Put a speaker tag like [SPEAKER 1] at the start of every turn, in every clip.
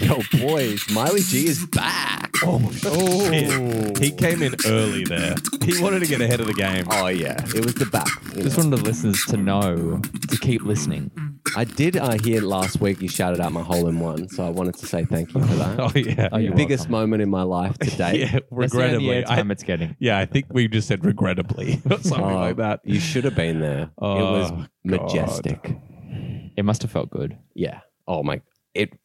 [SPEAKER 1] Yo, boys, Miley G is back.
[SPEAKER 2] Oh, He came in early there. He wanted to get ahead of the game.
[SPEAKER 1] Oh yeah, it was the back. you
[SPEAKER 3] Just
[SPEAKER 1] know.
[SPEAKER 3] wanted the listeners to know to keep listening.
[SPEAKER 1] I did uh, hear last week you shouted out my hole in one, so I wanted to say thank you for that.
[SPEAKER 2] Oh yeah.
[SPEAKER 3] Oh, you're
[SPEAKER 1] Biggest
[SPEAKER 3] welcome.
[SPEAKER 1] moment in my life to date.
[SPEAKER 2] yeah,
[SPEAKER 3] That's the amount of
[SPEAKER 2] regrettably. I,
[SPEAKER 3] airtime it's getting.
[SPEAKER 2] yeah, I think we just said regrettably or something
[SPEAKER 1] Oh,
[SPEAKER 2] like that.
[SPEAKER 1] You should have been there. it
[SPEAKER 2] Oh,
[SPEAKER 1] was
[SPEAKER 2] God.
[SPEAKER 1] majestic.
[SPEAKER 3] It must have felt good.
[SPEAKER 1] Yeah. Oh my. It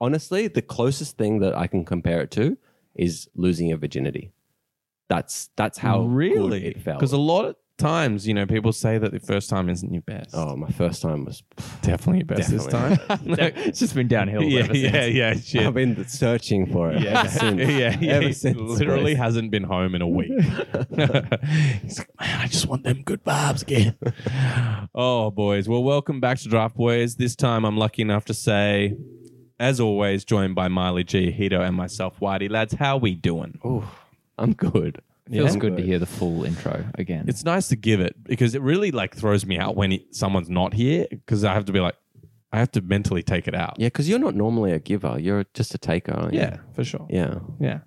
[SPEAKER 1] honestly, the closest thing that I can compare it to is losing your virginity. That's that's how good
[SPEAKER 2] really?
[SPEAKER 1] it felt.
[SPEAKER 2] Because a lot of times, you know, people say that the first time isn't your best.
[SPEAKER 1] oh, my first time was.
[SPEAKER 2] definitely your best
[SPEAKER 1] Definitely.
[SPEAKER 2] this time.
[SPEAKER 3] it's just been downhill
[SPEAKER 2] yeah,
[SPEAKER 3] ever since.
[SPEAKER 2] yeah, yeah, shit.
[SPEAKER 1] I've been searching for it.
[SPEAKER 2] Yeah,
[SPEAKER 1] ever since.
[SPEAKER 2] yeah, yeah.
[SPEAKER 1] Ever
[SPEAKER 2] he
[SPEAKER 1] since,
[SPEAKER 2] literally
[SPEAKER 1] boys.
[SPEAKER 2] hasn't been home in a week. He's like, man, I just want them good vibes again. oh, boys. Well, welcome back to Draft Boys. This time, I'm lucky enough to say, as always, joined by Miley G, Hito, and myself, Whitey. Lads, how we doing?
[SPEAKER 1] Ooh, I'm good.
[SPEAKER 3] Feels
[SPEAKER 2] Yeah.
[SPEAKER 3] good to hear the full intro again.
[SPEAKER 2] It's nice to give it because it really like throws me out when it, someone's not here because I have to be like, I have to mentally take it out.
[SPEAKER 1] Yeah, because you're not normally a giver. You're just a taker. Aren't you?
[SPEAKER 2] yeah, for sure.
[SPEAKER 1] Yeah.
[SPEAKER 2] yeah.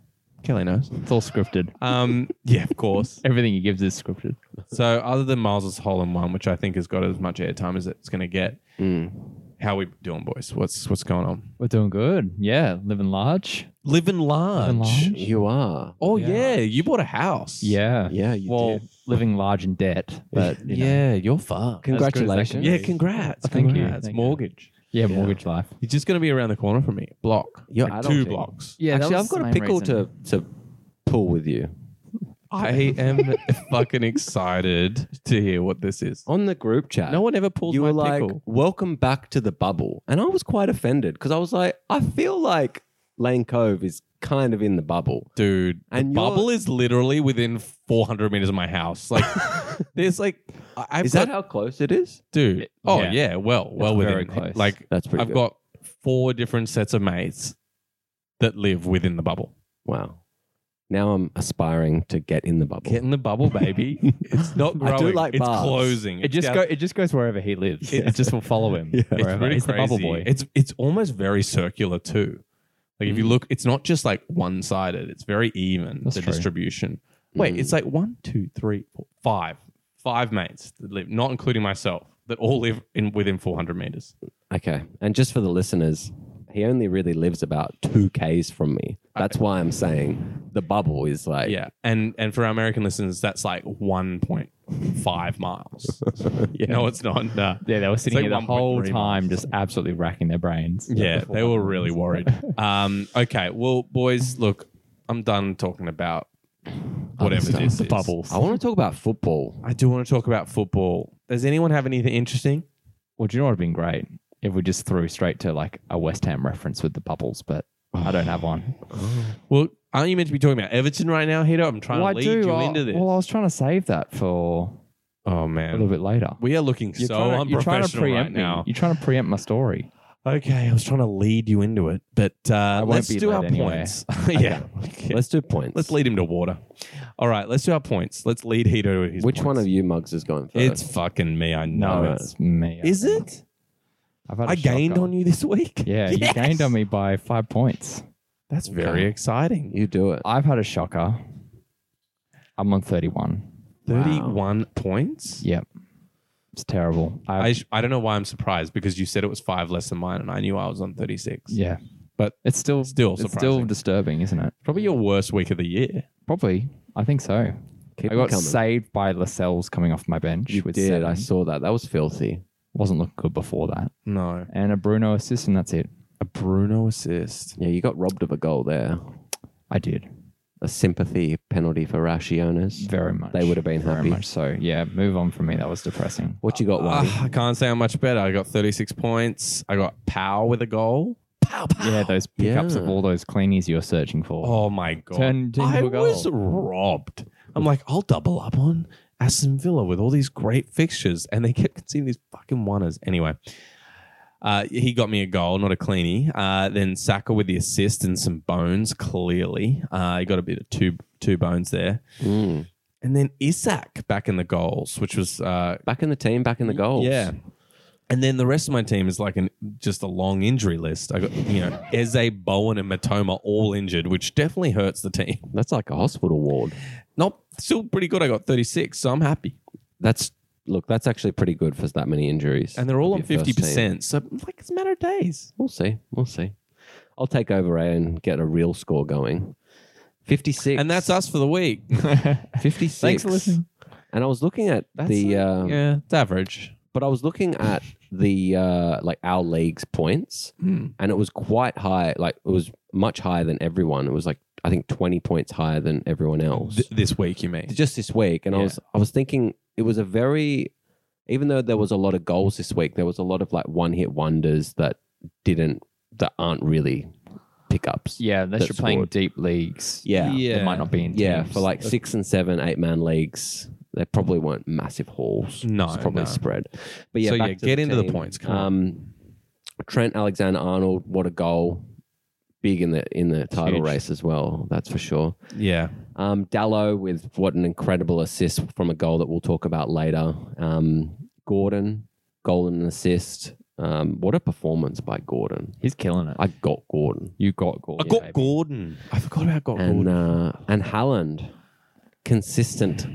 [SPEAKER 2] Kelly knows.
[SPEAKER 3] It's all scripted.
[SPEAKER 2] Um, yeah, of course.
[SPEAKER 3] Everything he gives is scripted.
[SPEAKER 2] So other than Miles's hole in one, which I think has got as much airtime as it's going to get,
[SPEAKER 1] Mm.
[SPEAKER 2] how we doing, boys? What's what's going on?
[SPEAKER 3] We're doing good. Yeah, living large.
[SPEAKER 2] Living large.
[SPEAKER 3] Living large.
[SPEAKER 1] You are.
[SPEAKER 2] Oh yeah.
[SPEAKER 3] Yeah.
[SPEAKER 2] you bought a house.
[SPEAKER 3] Yeah.
[SPEAKER 1] Yeah. You
[SPEAKER 3] well,
[SPEAKER 1] did.
[SPEAKER 3] living large in debt, but you know.
[SPEAKER 2] yeah, you're fucked.
[SPEAKER 3] as good as that can
[SPEAKER 1] Congratulations.
[SPEAKER 3] be.
[SPEAKER 2] Yeah, congrats.
[SPEAKER 3] Thank you,
[SPEAKER 2] congrats.
[SPEAKER 3] thank you.
[SPEAKER 2] Mortgage.
[SPEAKER 3] yeah, mortgage life.
[SPEAKER 2] You're just going to be around the corner from me. Block.
[SPEAKER 1] You're
[SPEAKER 2] Like two
[SPEAKER 1] adulting.
[SPEAKER 2] blocks.
[SPEAKER 3] Yeah,
[SPEAKER 1] Actually, I've got a pickle to to pull with you.
[SPEAKER 2] I am fucking excited to hear what this is.
[SPEAKER 1] On the group chat,
[SPEAKER 2] No one ever pulls
[SPEAKER 1] you
[SPEAKER 2] my
[SPEAKER 1] were like,
[SPEAKER 2] pickle.
[SPEAKER 1] "Welcome back to the bubble," and I was quite offended because I was like, "I feel like Lane Cove is kind of in the bubble."
[SPEAKER 2] Dude,
[SPEAKER 1] And
[SPEAKER 2] the
[SPEAKER 1] you're-
[SPEAKER 2] bubble is literally within 400 meters of my house. Like, there's like, I- I've
[SPEAKER 1] Is
[SPEAKER 2] got
[SPEAKER 1] that how close it is?
[SPEAKER 2] dude. Oh yeah,
[SPEAKER 3] yeah.
[SPEAKER 2] well, well
[SPEAKER 3] very
[SPEAKER 2] within
[SPEAKER 3] close.
[SPEAKER 2] like
[SPEAKER 1] That's pretty.
[SPEAKER 2] I've
[SPEAKER 1] good.
[SPEAKER 2] got four different sets of mates that live within the bubble.
[SPEAKER 1] wow. Now I'm aspiring to get in the bubble.
[SPEAKER 2] Get in the bubble, baby. it's not
[SPEAKER 1] I
[SPEAKER 2] growing.
[SPEAKER 1] do like
[SPEAKER 2] it's
[SPEAKER 1] bars.
[SPEAKER 2] closing.
[SPEAKER 3] It
[SPEAKER 2] It's
[SPEAKER 3] just
[SPEAKER 2] down-
[SPEAKER 3] go. It just goes wherever he lives.
[SPEAKER 1] Yeah.
[SPEAKER 3] It just will follow him.
[SPEAKER 1] Yeah. It's
[SPEAKER 2] It's
[SPEAKER 3] wherever.
[SPEAKER 2] pretty
[SPEAKER 3] He's the bubble
[SPEAKER 2] crazy.
[SPEAKER 3] boy.
[SPEAKER 2] It's it's almost very circular too. Like if you look, it's not just like one sided. It's very even
[SPEAKER 3] That's
[SPEAKER 2] the
[SPEAKER 3] true.
[SPEAKER 2] distribution. Wait,
[SPEAKER 1] Mm.
[SPEAKER 2] it's like one, two, three, four, five, five mates that live, not including myself, that all live in within 400 meters.
[SPEAKER 1] Okay. And just for the listeners, he only really lives about two Ks from me. That's why I'm saying the bubble is like
[SPEAKER 2] Yeah, and and for our American listeners, that's like one point five miles. No, it's not. Nah.
[SPEAKER 3] yeah, they were sitting
[SPEAKER 2] like
[SPEAKER 3] here
[SPEAKER 2] 1.3
[SPEAKER 3] the whole
[SPEAKER 2] miles.
[SPEAKER 3] time, just absolutely racking their brains.
[SPEAKER 2] Yeah, they were really worried. Um, okay, well, boys, look, I'm done talking about whatever
[SPEAKER 1] stuff.
[SPEAKER 2] this
[SPEAKER 3] the
[SPEAKER 2] is.
[SPEAKER 3] bubbles.
[SPEAKER 1] I want to talk about football.
[SPEAKER 2] I do want to talk about football. Does anyone have anything interesting?
[SPEAKER 3] Well, do you know what would have been great if we just threw straight to like a West Ham reference with the bubbles, but I don't have one.
[SPEAKER 2] Well, aren't you meant to be talking about Everton right now, Hito? I'm trying to lead you into this.
[SPEAKER 3] uh, Well, I was trying to save that for
[SPEAKER 2] oh
[SPEAKER 3] a little
[SPEAKER 2] man,
[SPEAKER 3] bit later.
[SPEAKER 2] we are looking so
[SPEAKER 3] trying to, you're trying to
[SPEAKER 2] unprofessional
[SPEAKER 3] preempt
[SPEAKER 2] right
[SPEAKER 3] me.
[SPEAKER 2] now.
[SPEAKER 3] You're trying to preempt my story.
[SPEAKER 2] Okay, I was trying to lead you into it, but uh,
[SPEAKER 1] won't
[SPEAKER 2] let's
[SPEAKER 1] be
[SPEAKER 2] do
[SPEAKER 1] late
[SPEAKER 2] our
[SPEAKER 3] anyway.
[SPEAKER 2] points. yeah, Okay.
[SPEAKER 1] Let's do points.
[SPEAKER 2] Let's lead him to water. All right, let's do our points. Let's lead Hito to his
[SPEAKER 1] Which one
[SPEAKER 2] points.
[SPEAKER 1] of you mugs is going first?
[SPEAKER 2] It's fucking me, I know.
[SPEAKER 1] No.
[SPEAKER 2] it's,
[SPEAKER 3] it's Oh, me.
[SPEAKER 2] is it?
[SPEAKER 3] I've had a
[SPEAKER 2] I gained
[SPEAKER 3] shotgun.
[SPEAKER 2] on you this week.
[SPEAKER 3] Yeah,
[SPEAKER 2] Yes!
[SPEAKER 3] you gained on me by five points.
[SPEAKER 2] That's very
[SPEAKER 1] Okay.
[SPEAKER 2] exciting.
[SPEAKER 1] you do it.
[SPEAKER 3] I've had a shocker. I'm on 31.
[SPEAKER 2] 31 points?
[SPEAKER 3] Yep. It's terrible. I,
[SPEAKER 2] I, sh- I don't know why I'm surprised because you said it was five less than mine and I knew I was on 36.
[SPEAKER 3] yeah.
[SPEAKER 2] But
[SPEAKER 3] It's still
[SPEAKER 2] Still
[SPEAKER 3] it's still
[SPEAKER 2] surprising.
[SPEAKER 3] disturbing, isn't it?
[SPEAKER 2] Probably your worst week of the year.
[SPEAKER 3] Probably. I think so.
[SPEAKER 1] Keep
[SPEAKER 3] I
[SPEAKER 1] it
[SPEAKER 3] got
[SPEAKER 1] coming.
[SPEAKER 3] saved by Lascelles coming off my bench.
[SPEAKER 1] You
[SPEAKER 3] with
[SPEAKER 1] did. I
[SPEAKER 3] seven.
[SPEAKER 1] saw that. That was filthy.
[SPEAKER 3] wasn't looking good before that.
[SPEAKER 2] No.
[SPEAKER 3] And a Bruno assist, and that's it.
[SPEAKER 2] A Bruno assist.
[SPEAKER 1] Yeah, you got robbed of a goal there.
[SPEAKER 3] I did
[SPEAKER 1] A sympathy penalty for Rashionis.
[SPEAKER 3] very much.
[SPEAKER 1] They would have been
[SPEAKER 3] very
[SPEAKER 1] happy.
[SPEAKER 3] much so. Yeah, move on from me. That was depressing.
[SPEAKER 1] What you got, Wally?
[SPEAKER 2] Ah, I can't say how much better. I got 36 points. I got power with a goal. Pow, pow.
[SPEAKER 3] Yeah, those pickups
[SPEAKER 1] Yeah.
[SPEAKER 3] of all those cleanies you're searching for.
[SPEAKER 2] Oh my god!
[SPEAKER 3] Turned into
[SPEAKER 2] I
[SPEAKER 3] a goal.
[SPEAKER 2] was robbed. I'm like, I'll double up on Aston Villa with all these great fixtures, and they kept conceding these fucking oneers. Anyway, uh, he got me a goal, not a cleanie. Uh, then Saka with the assist and some bones. Clearly, uh, he got a bit of two two bones there,
[SPEAKER 1] Mm.
[SPEAKER 2] and then Isak back in the goals, which was uh,
[SPEAKER 1] Back in the team, back in the goals.
[SPEAKER 2] Yeah. And then the rest of my team is like an just a long injury list. I got you know Eze, Bowen, and Matoma all injured, which definitely hurts the team.
[SPEAKER 1] That's like a hospital ward.
[SPEAKER 2] Not still pretty good. I got thirty six, so I'm happy.
[SPEAKER 1] That's look. That's actually pretty good for that many injuries.
[SPEAKER 2] And they're all on
[SPEAKER 1] Of your
[SPEAKER 2] fifty
[SPEAKER 1] first team.
[SPEAKER 2] percent, so like it's a matter of days.
[SPEAKER 1] We'll see. We'll see. I'll take over A and get a real score going. Fifty six,
[SPEAKER 2] And that's us for the week.
[SPEAKER 1] Oh. fifty six.
[SPEAKER 3] Thanks for listening.
[SPEAKER 1] And I was looking at the, uh,
[SPEAKER 2] yeah, it's average.
[SPEAKER 1] but I was looking at the uh, like our league's points, and it was quite high. Like it was much higher than everyone. It was like I think twenty points higher than everyone else.
[SPEAKER 2] Th- this week, you mean?
[SPEAKER 1] just this week, and I
[SPEAKER 2] Yeah.
[SPEAKER 1] was I was thinking it was a very, even though there was a lot of goals this week, there was a lot of like one hit wonders that didn't that aren't really pickups.
[SPEAKER 3] Yeah, unless
[SPEAKER 1] That's
[SPEAKER 3] you're playing
[SPEAKER 1] good.
[SPEAKER 3] deep leagues.
[SPEAKER 1] Yeah, yeah,
[SPEAKER 3] It might not be in teams.
[SPEAKER 1] for like six and seven, eight man leagues, they probably weren't massive hauls.
[SPEAKER 2] No,
[SPEAKER 1] it's probably
[SPEAKER 2] no.
[SPEAKER 1] spread. But yeah,
[SPEAKER 2] So,
[SPEAKER 1] back
[SPEAKER 2] yeah,
[SPEAKER 1] to
[SPEAKER 2] get into the
[SPEAKER 1] team.
[SPEAKER 2] points, come on.
[SPEAKER 1] Um, Trent Alexander Arnold, what a goal! Big in the in the title
[SPEAKER 3] huge.
[SPEAKER 1] race as well. That's for sure.
[SPEAKER 2] Yeah,
[SPEAKER 1] Um, Dallo with what an incredible assist from a goal that we'll talk about later. Um, Gordon, goal and an assist. Um, what a performance by Gordon.
[SPEAKER 3] he's killing it.
[SPEAKER 1] I got Gordon.
[SPEAKER 3] you got Gordon.
[SPEAKER 2] I got
[SPEAKER 3] baby.
[SPEAKER 2] Gordon. I forgot about got
[SPEAKER 1] And
[SPEAKER 2] Gordon.
[SPEAKER 1] uh, and Halland, consistent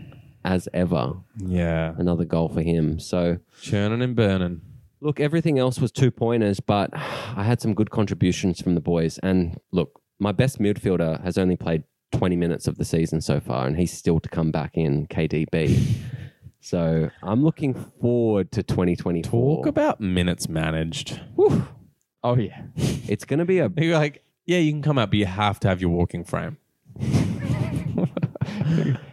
[SPEAKER 1] as ever.
[SPEAKER 2] Yeah,
[SPEAKER 1] Another goal for him. So
[SPEAKER 2] churning and burning.
[SPEAKER 1] look, everything else was two pointers, but I had some good contributions from the boys. And look, my best midfielder has only played 20 minutes of the season so far, and he's still to come back in KDB. so I'm looking forward to 2024.
[SPEAKER 2] Talk about minutes managed.
[SPEAKER 1] Whew.
[SPEAKER 3] Oh yeah.
[SPEAKER 1] It's going to be a
[SPEAKER 2] You're like, yeah, you can come out, but you have to have your walking frame.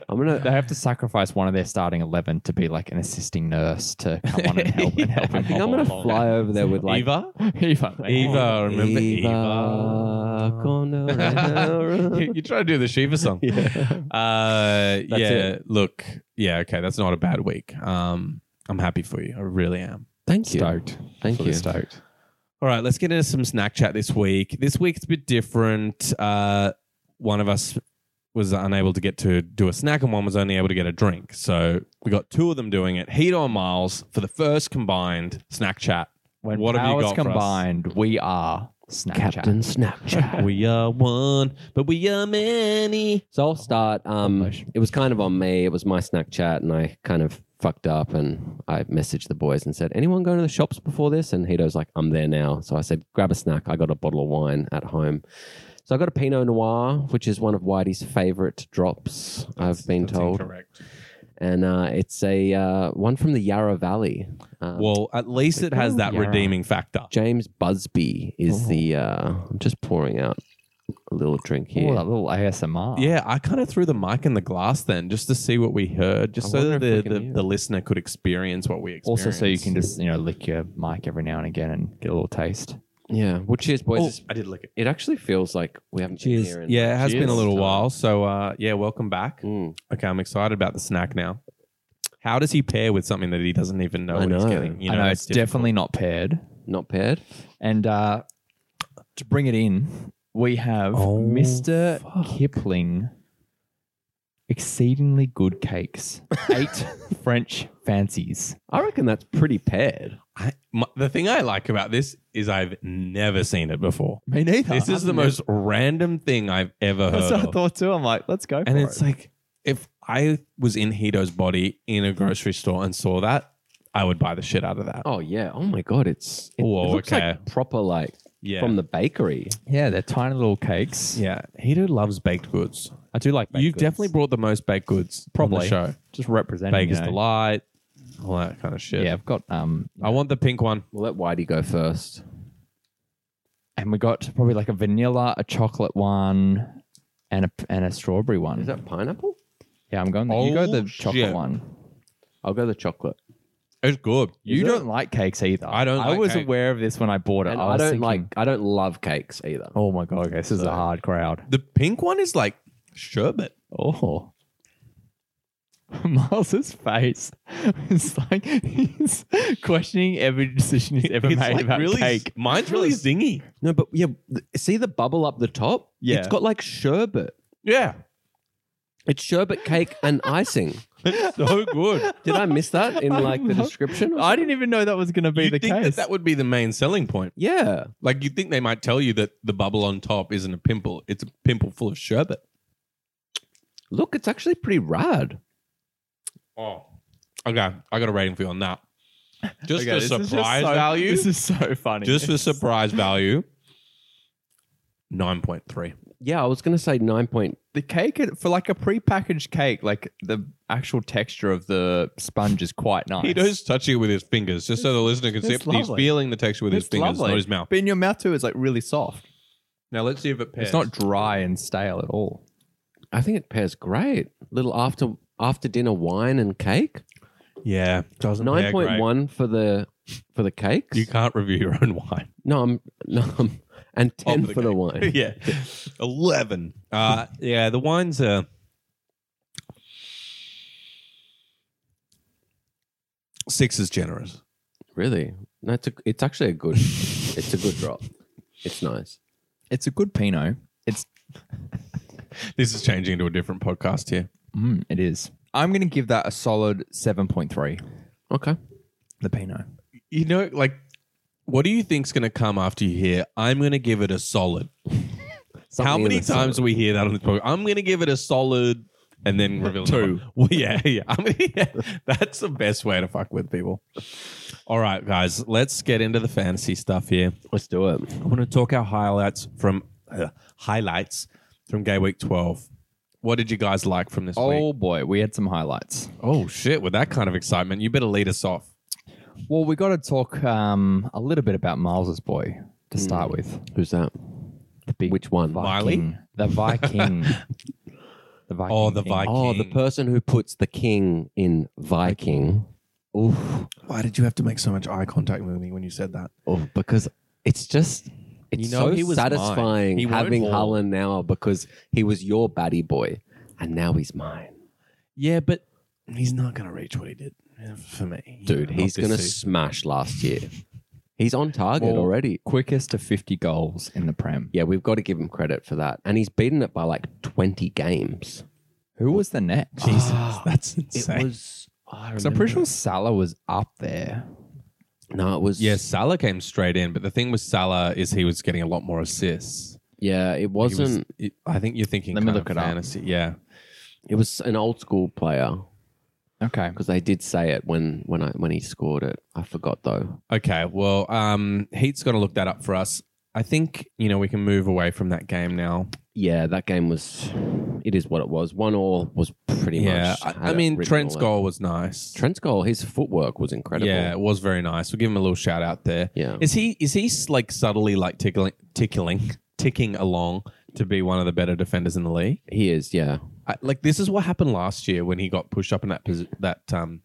[SPEAKER 1] I'm gonna
[SPEAKER 3] They have to sacrifice one of their starting eleven to be like an assisting nurse to come on and help and help
[SPEAKER 1] I
[SPEAKER 3] him.
[SPEAKER 1] think I'm gonna fly over there with like
[SPEAKER 2] Eva,
[SPEAKER 3] Eva, mate.
[SPEAKER 2] Eva, remember Eva?
[SPEAKER 1] Eva Conor-
[SPEAKER 2] you, you try to do the Shiva song.
[SPEAKER 1] Yeah.
[SPEAKER 2] Uh, yeah.
[SPEAKER 1] it.
[SPEAKER 2] Look, yeah. Okay, that's not a bad week. Um, I'm happy for you. I really am.
[SPEAKER 1] Thank you.
[SPEAKER 3] Stoked.
[SPEAKER 1] Thank
[SPEAKER 3] Fully
[SPEAKER 1] you.
[SPEAKER 3] Stoked.
[SPEAKER 2] All right, let's get into some snack chat this week. This week it's a bit different. Uh, one of us was unable to get to do a snack, and one was only able to get a drink. So we got two of them doing it. Heat on Miles for the first combined snack chat.
[SPEAKER 3] When
[SPEAKER 2] what have you
[SPEAKER 3] powers
[SPEAKER 2] got for us?
[SPEAKER 3] combined, we are Snapchat.
[SPEAKER 1] Captain Snapchat.
[SPEAKER 2] we are one, but we are many.
[SPEAKER 1] So I'll start. Um,
[SPEAKER 3] gosh.
[SPEAKER 1] it was kind of on me. It was my snack chat, and I kind of fucked up. And I messaged the boys and said, "Anyone going to the shops before this?" And Hito's like, "I'm there now." So I said, "Grab a snack." I got a bottle of wine at home. So I got a Pinot Noir, which is one of Whitey's favorite drops. I've been told,
[SPEAKER 2] Correct.
[SPEAKER 1] and uh, it's a uh, one from the Yarra Valley. Um,
[SPEAKER 2] Well, at least it has that
[SPEAKER 3] Yarra.
[SPEAKER 2] redeeming factor.
[SPEAKER 1] James Busby is
[SPEAKER 3] Ooh.
[SPEAKER 1] the. Uh, I'm just pouring out a little drink here.
[SPEAKER 3] Oh, that little ASMR.
[SPEAKER 2] Yeah, I kind of threw the mic in the glass then just to see what we heard, just
[SPEAKER 1] I
[SPEAKER 2] so
[SPEAKER 1] wonder
[SPEAKER 2] that the,
[SPEAKER 1] if we can
[SPEAKER 2] the,
[SPEAKER 1] hear
[SPEAKER 2] the listener could experience what we experienced.
[SPEAKER 3] Also, so you can just you know lick your mic every now and again and get a little taste.
[SPEAKER 1] Yeah. Well, cheers, boys.
[SPEAKER 2] Oh, I did lick it.
[SPEAKER 1] It actually feels like we haven't been here. in-
[SPEAKER 2] Yeah, it has been a
[SPEAKER 3] Cheers.
[SPEAKER 2] little while. So, uh, yeah, welcome back.
[SPEAKER 1] Mm.
[SPEAKER 2] Okay, I'm excited about the snack now. How does he pair with something that he doesn't even know
[SPEAKER 1] I
[SPEAKER 2] what he's
[SPEAKER 1] know.
[SPEAKER 2] getting? You
[SPEAKER 3] I know
[SPEAKER 2] that's
[SPEAKER 3] it's definitely not paired.
[SPEAKER 1] Not paired.
[SPEAKER 3] And uh, to bring it in, we have
[SPEAKER 2] Oh,
[SPEAKER 3] Mr.
[SPEAKER 2] fuck.
[SPEAKER 3] Kipling. Exceedingly good cakes. Eight French fancies.
[SPEAKER 1] I reckon that's pretty paired.
[SPEAKER 2] I, my, the thing I like about this is I've never seen it before.
[SPEAKER 3] Me neither.
[SPEAKER 2] This is the most random thing I've ever heard.
[SPEAKER 3] That's what
[SPEAKER 2] of.
[SPEAKER 3] I thought too. I'm like, let's go.
[SPEAKER 2] Uh, And
[SPEAKER 3] for
[SPEAKER 2] it's
[SPEAKER 3] it.
[SPEAKER 2] like if I was in Hito's body in a grocery store and saw that, I would buy the shit out of that.
[SPEAKER 1] Oh yeah. Oh my god. It's it,
[SPEAKER 2] Whoa,
[SPEAKER 1] it looks
[SPEAKER 2] okay.
[SPEAKER 1] like proper like
[SPEAKER 2] yeah.
[SPEAKER 1] from the bakery.
[SPEAKER 3] yeah, they're tiny little cakes.
[SPEAKER 2] yeah. Hito loves baked goods.
[SPEAKER 3] I do like. baked
[SPEAKER 2] You've
[SPEAKER 3] goods.
[SPEAKER 2] definitely brought the most baked goods
[SPEAKER 3] Probably.
[SPEAKER 2] on the show.
[SPEAKER 3] just representing.
[SPEAKER 2] Baker's
[SPEAKER 3] you know.
[SPEAKER 2] Delight, all that kind of shit.
[SPEAKER 3] Yeah, I've got um,
[SPEAKER 2] I want the pink one.
[SPEAKER 1] We'll let Whitey go first.
[SPEAKER 3] and we got probably like a vanilla, a chocolate one, and a and a strawberry one.
[SPEAKER 1] Is that pineapple?
[SPEAKER 3] yeah, I'm going. The, you go
[SPEAKER 2] Oh,
[SPEAKER 3] the chocolate
[SPEAKER 2] shit.
[SPEAKER 3] one.
[SPEAKER 1] I'll go the chocolate.
[SPEAKER 2] It's good.
[SPEAKER 3] You
[SPEAKER 1] it?
[SPEAKER 3] don't like cakes either.
[SPEAKER 2] I don't
[SPEAKER 3] I
[SPEAKER 2] like
[SPEAKER 3] was
[SPEAKER 2] cake.
[SPEAKER 3] aware of this when I bought it.
[SPEAKER 1] And
[SPEAKER 3] I,
[SPEAKER 1] I,
[SPEAKER 3] was
[SPEAKER 1] don't
[SPEAKER 3] thinking,
[SPEAKER 1] like. I don't love cakes either.
[SPEAKER 3] Oh my god, okay, this is a hard crowd.
[SPEAKER 2] The pink one is like sherbet.
[SPEAKER 3] Oh. Miles's face is like he's questioning every decision he's ever
[SPEAKER 2] It's
[SPEAKER 3] made
[SPEAKER 2] like
[SPEAKER 3] about
[SPEAKER 2] really,
[SPEAKER 3] cake.
[SPEAKER 2] Mine's really zingy.
[SPEAKER 1] No, but yeah. th- See the bubble up the top.
[SPEAKER 3] Yeah.
[SPEAKER 1] It's got like sherbet.
[SPEAKER 2] Yeah.
[SPEAKER 1] It's sherbet cake and icing.
[SPEAKER 2] It's so good.
[SPEAKER 1] Did I miss that in like the
[SPEAKER 3] I'm not-
[SPEAKER 1] description?
[SPEAKER 3] I didn't even know that was going to be
[SPEAKER 2] you
[SPEAKER 3] the
[SPEAKER 2] think
[SPEAKER 3] case.
[SPEAKER 2] that that would be the main selling point?
[SPEAKER 1] Yeah.
[SPEAKER 2] Like you think they might tell you that the bubble on top isn't a pimple; it's a pimple full of sherbet.
[SPEAKER 1] Look, it's actually pretty rad.
[SPEAKER 2] Oh, okay. I got a rating for you on that. Just
[SPEAKER 3] Okay,
[SPEAKER 2] for
[SPEAKER 3] this is just
[SPEAKER 2] surprise
[SPEAKER 3] so-
[SPEAKER 2] value.
[SPEAKER 3] This is so funny.
[SPEAKER 2] just for surprise value. Nine point three.
[SPEAKER 1] Yeah, I was going to say 9.2.
[SPEAKER 3] the cake is- for like a prepackaged cake, like the actual texture of the sponge is quite nice.
[SPEAKER 2] He does touching it with his fingers, just so the listener can see.
[SPEAKER 3] it's
[SPEAKER 2] it. He's
[SPEAKER 3] lovely.
[SPEAKER 2] feeling the texture with his
[SPEAKER 3] It's
[SPEAKER 2] fingers,
[SPEAKER 3] lovely.
[SPEAKER 2] not his mouth.
[SPEAKER 3] But in your mouth too, it's like really soft.
[SPEAKER 2] Now let's see if it pairs.
[SPEAKER 3] It's not dry and stale at all.
[SPEAKER 1] I think it pairs great. Little after after dinner wine and cake.
[SPEAKER 2] Yeah, doesn't pair
[SPEAKER 1] Nine
[SPEAKER 2] great.
[SPEAKER 1] point one for the for the cakes.
[SPEAKER 2] You can't review your own wine.
[SPEAKER 1] no, I'm no, I'm, and ten
[SPEAKER 2] Of the
[SPEAKER 1] Oh, for the
[SPEAKER 2] cake.
[SPEAKER 1] wine.
[SPEAKER 2] yeah, eleven. Uh, yeah, the uh, wines are. Six is generous.
[SPEAKER 1] Really, no, it's a, it's actually a good it's a good drop. It's nice.
[SPEAKER 3] It's a good Pinot. It's
[SPEAKER 2] This is changing to a different podcast here.
[SPEAKER 3] mm, it is. I'm going to give that a solid seven point three.
[SPEAKER 1] Okay,
[SPEAKER 3] The Pinot.
[SPEAKER 2] You know, like, what do you think's going to come after you hear? I'm going to give it a solid. How
[SPEAKER 1] Something in
[SPEAKER 2] many
[SPEAKER 1] the
[SPEAKER 2] times do we hear that on this program? I'm going to give it a solid, and then reveal two. Well, yeah, yeah. I mean, yeah. That's the best way to fuck with people. All right, guys, let's get into the fantasy stuff here.
[SPEAKER 1] let's do it.
[SPEAKER 2] I want to talk our highlights from uh, highlights from Gay Week 12. What did you guys like from this week?
[SPEAKER 3] Oh boy, we had some highlights.
[SPEAKER 2] Oh shit! With that kind of excitement, you better lead us off.
[SPEAKER 3] Well, we got to talk um, a little bit about Miles's boy to start with.
[SPEAKER 1] Who's that?
[SPEAKER 3] The big
[SPEAKER 1] Which one?
[SPEAKER 2] Miley?
[SPEAKER 3] Viking. The Viking. the Viking.
[SPEAKER 2] Oh, the
[SPEAKER 3] king.
[SPEAKER 2] Viking.
[SPEAKER 1] Oh, the person who puts the king in Viking. Oof.
[SPEAKER 2] Why did you have to make so much eye contact with me when you said that?
[SPEAKER 1] Oh, because it's just it's
[SPEAKER 2] You know,
[SPEAKER 1] so
[SPEAKER 2] he was
[SPEAKER 1] satisfying
[SPEAKER 2] mine. He won't
[SPEAKER 1] having
[SPEAKER 2] fall.
[SPEAKER 1] Harlan now because he was your baddie boy and now he's mine.
[SPEAKER 2] Yeah, but he's not going to reach what he did uh, for me,
[SPEAKER 1] Dude,
[SPEAKER 2] Not
[SPEAKER 1] he's
[SPEAKER 2] this
[SPEAKER 1] gonna
[SPEAKER 2] season.
[SPEAKER 1] smash last year. He's on target
[SPEAKER 3] Well-
[SPEAKER 1] already.
[SPEAKER 3] Quickest to 50 goals in the Prem.
[SPEAKER 1] Yeah, we've got to give him credit for that. And he's beaten it by like twenty games.
[SPEAKER 3] Who was the next?
[SPEAKER 2] Jesus, that's
[SPEAKER 1] It
[SPEAKER 2] insane.
[SPEAKER 1] was I
[SPEAKER 3] So I'm pretty sure Salah was up there.
[SPEAKER 1] No, it was
[SPEAKER 2] yeah, Salah came straight in, but the thing with Salah is he was getting a lot more assists.
[SPEAKER 1] Yeah, it
[SPEAKER 2] He was-
[SPEAKER 1] wasn't
[SPEAKER 2] it- I think you're thinking.
[SPEAKER 3] Let me
[SPEAKER 2] kind
[SPEAKER 3] look
[SPEAKER 2] of
[SPEAKER 3] it up.
[SPEAKER 2] fantasy. Yeah,
[SPEAKER 1] it was an old school player.
[SPEAKER 3] Okay.
[SPEAKER 1] Because they did say it when when I when he scored it. I forgot though.
[SPEAKER 2] Okay, well, um, Heat's going to look that up for us. I think you know we can move away from that game now.
[SPEAKER 1] Yeah, that game was it is what it was. One all was pretty
[SPEAKER 2] yeah,
[SPEAKER 1] much
[SPEAKER 2] I, I
[SPEAKER 1] had it
[SPEAKER 2] mean
[SPEAKER 1] written
[SPEAKER 2] Trent's
[SPEAKER 1] all over.
[SPEAKER 2] goal was nice.
[SPEAKER 1] Trent's goal, his footwork was incredible. Oh.
[SPEAKER 2] yeah, it was very nice. We'll give him a little shout out there.
[SPEAKER 1] Yeah.
[SPEAKER 2] Is he is he like subtly like tickling tickling ticking along to be one of the better defenders in the league?
[SPEAKER 1] He is, yeah.
[SPEAKER 2] I, like this is what happened last year when he got pushed up in that posi- that um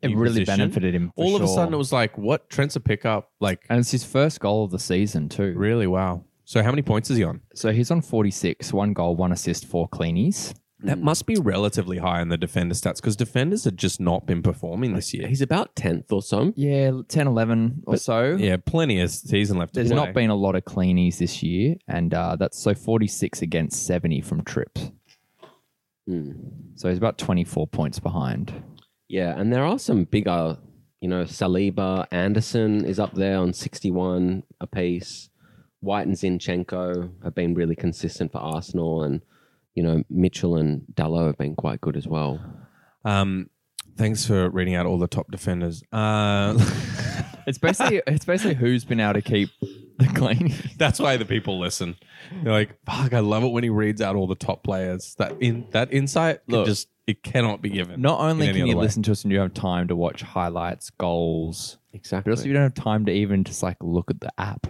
[SPEAKER 3] It
[SPEAKER 2] new
[SPEAKER 3] really
[SPEAKER 2] position.
[SPEAKER 3] benefited him. for
[SPEAKER 2] All of a
[SPEAKER 3] sure.
[SPEAKER 2] sudden it was like what Trent's a pickup like
[SPEAKER 3] And it's his first goal of the season, too.
[SPEAKER 2] really wow. So how many points is he on?
[SPEAKER 3] So he's on 46, one goal, one assist, four cleanies.
[SPEAKER 2] That must be relatively high in the defender stats because defenders have just not been performing this year.
[SPEAKER 1] He's about tenth or so.
[SPEAKER 3] Yeah, 10, 11 or so.
[SPEAKER 2] Yeah, plenty of season left. to
[SPEAKER 3] There's
[SPEAKER 2] play.
[SPEAKER 3] not been a lot of cleanies this year. And uh, that's so 46 against 70 from trips.
[SPEAKER 2] Hmm.
[SPEAKER 3] So he's about 24 points behind.
[SPEAKER 1] Yeah, and there are some bigger, you know, Saliba, Anderson is up there on sixty-one apiece. White and Zinchenko have been really consistent for Arsenal, and you know Mitchell and Dallo have been quite good as well.
[SPEAKER 2] Um, thanks for reading out all the top defenders. Uh,
[SPEAKER 3] It's basically it's basically who's been able to keep the cleanies.
[SPEAKER 2] that's why the people listen. They're like, "Fuck, I love it when he reads out all the top players." That in that insight, can
[SPEAKER 3] Look.
[SPEAKER 2] just it cannot be given.
[SPEAKER 3] Not only
[SPEAKER 2] In any
[SPEAKER 3] can you
[SPEAKER 2] other way.
[SPEAKER 3] listen to us and you have time to watch highlights, goals, but
[SPEAKER 1] Exactly.
[SPEAKER 3] also you don't have time to even just like look at the app.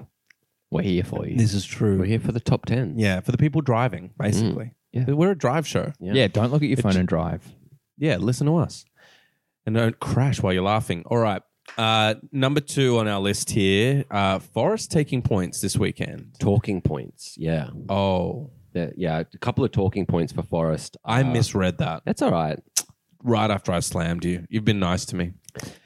[SPEAKER 3] We're here for you.
[SPEAKER 2] is
[SPEAKER 1] We're
[SPEAKER 2] true.
[SPEAKER 1] here for the top ten.
[SPEAKER 2] Yeah, for the people driving, basically.
[SPEAKER 3] Mm, yeah.
[SPEAKER 2] We're a drive show.
[SPEAKER 1] Yeah.
[SPEAKER 3] yeah. don't look at your phone and drive.
[SPEAKER 2] Yeah, listen to us, and don't crash while you're laughing. All right. Uh, number two on our list here, uh, Forest taking points this weekend.
[SPEAKER 1] Talking points. Yeah.
[SPEAKER 2] Oh,
[SPEAKER 1] There- yeah. A couple of talking points for Forest.
[SPEAKER 2] I
[SPEAKER 1] Uh,
[SPEAKER 2] misread that.
[SPEAKER 1] That's all right.
[SPEAKER 2] Right after I slammed you, you've been nice to me.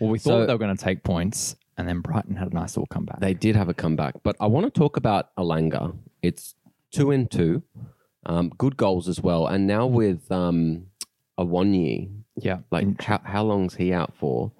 [SPEAKER 3] Well, we
[SPEAKER 1] So-
[SPEAKER 3] thought they were going to take points, and then Brighton had a nice little comeback.
[SPEAKER 1] They did have a comeback, but I want to talk about Alanga. It's two and two. Um, good goals as well. And now with um, a one year,
[SPEAKER 3] Yeah.
[SPEAKER 1] like
[SPEAKER 3] And
[SPEAKER 1] how, how long's he out for?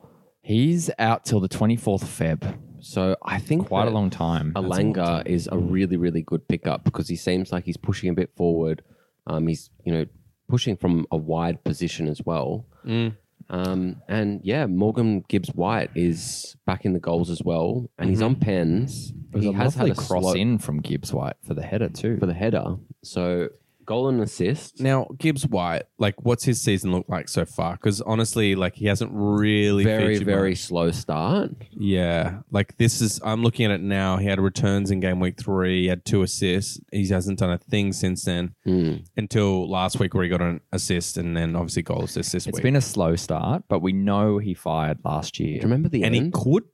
[SPEAKER 3] he's out till the 24th of Feb.
[SPEAKER 1] So I think
[SPEAKER 3] Quite a
[SPEAKER 1] that
[SPEAKER 3] long time.
[SPEAKER 1] Alanga is a really, really good pickup because he seems like he's pushing a bit forward. Um, he's, you know, pushing from a wide position as well.
[SPEAKER 2] Mm.
[SPEAKER 1] Um, and yeah, Morgan Gibbs White is back in the goals as well. And he's on pens.
[SPEAKER 3] Mm-hmm. It was
[SPEAKER 1] he
[SPEAKER 3] a
[SPEAKER 1] has had
[SPEAKER 3] lovely
[SPEAKER 1] a
[SPEAKER 3] cross
[SPEAKER 1] slow-
[SPEAKER 3] in from Gibbs White for the header too.
[SPEAKER 1] for the header. So goal and assist.
[SPEAKER 2] Now, Gibbs White, like, what's his season look like so far? Because honestly, like, he hasn't really
[SPEAKER 1] very,
[SPEAKER 2] featured
[SPEAKER 1] very
[SPEAKER 2] much.
[SPEAKER 1] slow start.
[SPEAKER 2] Yeah, like this is. I'm looking at it now. He had returns in game week three. He had two assists. He hasn't done a thing since then
[SPEAKER 1] Mm.
[SPEAKER 2] until last week where he got an assist and then obviously goal assist this
[SPEAKER 3] It's
[SPEAKER 2] week.
[SPEAKER 3] been a slow start, but we know he fired last year.
[SPEAKER 1] Do you remember the
[SPEAKER 2] and he
[SPEAKER 1] end?
[SPEAKER 2] could.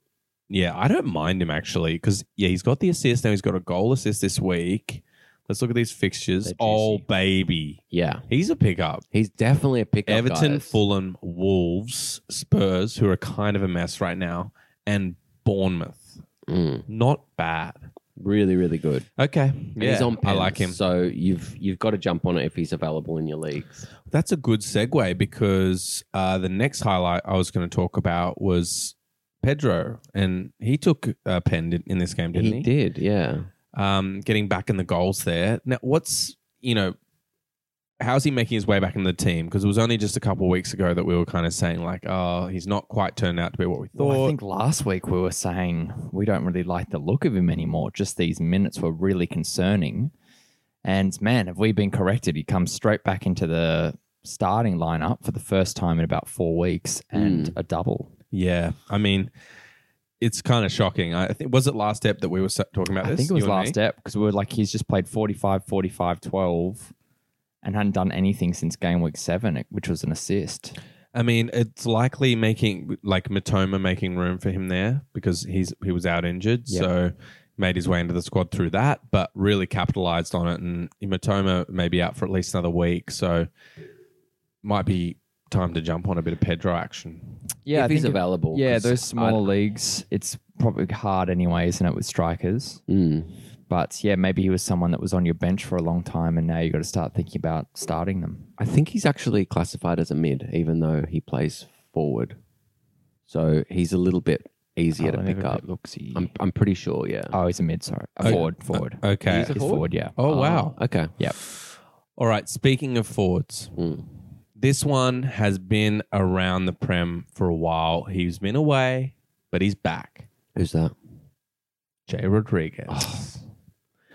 [SPEAKER 2] Yeah, I don't mind him actually because yeah, he's got the assist now. He's got a goal assist this week. Let's look at these fixtures.
[SPEAKER 1] They're
[SPEAKER 2] Oh
[SPEAKER 1] juicy. Oh,
[SPEAKER 2] baby,
[SPEAKER 1] yeah,
[SPEAKER 2] he's a pickup.
[SPEAKER 1] he's definitely a pickup.
[SPEAKER 2] Everton,
[SPEAKER 1] guys.
[SPEAKER 2] Fulham, Wolves, Spurs, who are kind of a mess right now, and Bournemouth.
[SPEAKER 1] Mm.
[SPEAKER 2] Not bad.
[SPEAKER 1] really, really good.
[SPEAKER 2] Okay,
[SPEAKER 1] And
[SPEAKER 2] yeah,
[SPEAKER 1] he's on
[SPEAKER 2] I
[SPEAKER 1] pens,
[SPEAKER 2] like him.
[SPEAKER 1] So you've you've got to jump on it if he's available in your leagues.
[SPEAKER 2] That's a good segue because uh, the next highlight I was going to talk about was Pedro, and he took a pen di- in this game, didn't he?
[SPEAKER 1] did, yeah.
[SPEAKER 2] Um, getting back in the goals there. Now, what's you know, how's he making his way back in the team? Because it was only just a couple of weeks ago that we were kind of saying like, oh, he's not quite turned out to be what we
[SPEAKER 3] Well,
[SPEAKER 2] thought.
[SPEAKER 3] I think last week we were saying we don't really like the look of him anymore. Just these minutes were really concerning. And man, have we been corrected? He comes straight back into the starting lineup for the first time in about four weeks and a double.
[SPEAKER 2] yeah, I mean. It's kind of shocking. I think was it last step that we were sa- talking about
[SPEAKER 3] I
[SPEAKER 2] this.
[SPEAKER 3] think it was
[SPEAKER 2] you and me?
[SPEAKER 3] last step because we were like, he's just played 45, 45, 12 and hadn't done anything since game week seven, which was an assist.
[SPEAKER 2] I mean, it's likely making like Matoma making room for him there because he's he was out injured,
[SPEAKER 3] Yeah.
[SPEAKER 2] so made his way into the squad through that, but really capitalized on it. And Matoma may be out for at least another week, so might be time to jump on a bit of Pedro action.
[SPEAKER 1] if he's available.
[SPEAKER 3] Yeah,
[SPEAKER 1] 'cause
[SPEAKER 3] those smaller
[SPEAKER 1] I-
[SPEAKER 3] leagues, it's probably hard anyway, isn't it, with strikers?
[SPEAKER 1] Mm.
[SPEAKER 3] But yeah, maybe he was someone that was on your bench for a long time, and now you got to start thinking about starting them.
[SPEAKER 1] I think he's actually classified as a mid, even though he plays forward. So he's a little bit easier
[SPEAKER 2] Oh,
[SPEAKER 1] to pick up.
[SPEAKER 3] Looks he.
[SPEAKER 1] I'm I'm pretty sure. Yeah.
[SPEAKER 3] Oh, he's a mid. Sorry, a
[SPEAKER 2] Oh,
[SPEAKER 3] forward. Forward.
[SPEAKER 2] Okay.
[SPEAKER 1] He's a uh,
[SPEAKER 3] He's
[SPEAKER 1] forward?
[SPEAKER 3] forward. Yeah.
[SPEAKER 2] oh wow.
[SPEAKER 1] Okay.
[SPEAKER 3] Yep.
[SPEAKER 2] All right. Speaking of forwards,
[SPEAKER 1] Mm.
[SPEAKER 2] this one has been around the prem for a while. He's been away, but he's back.
[SPEAKER 1] Who's that?
[SPEAKER 2] Jay Rodriguez.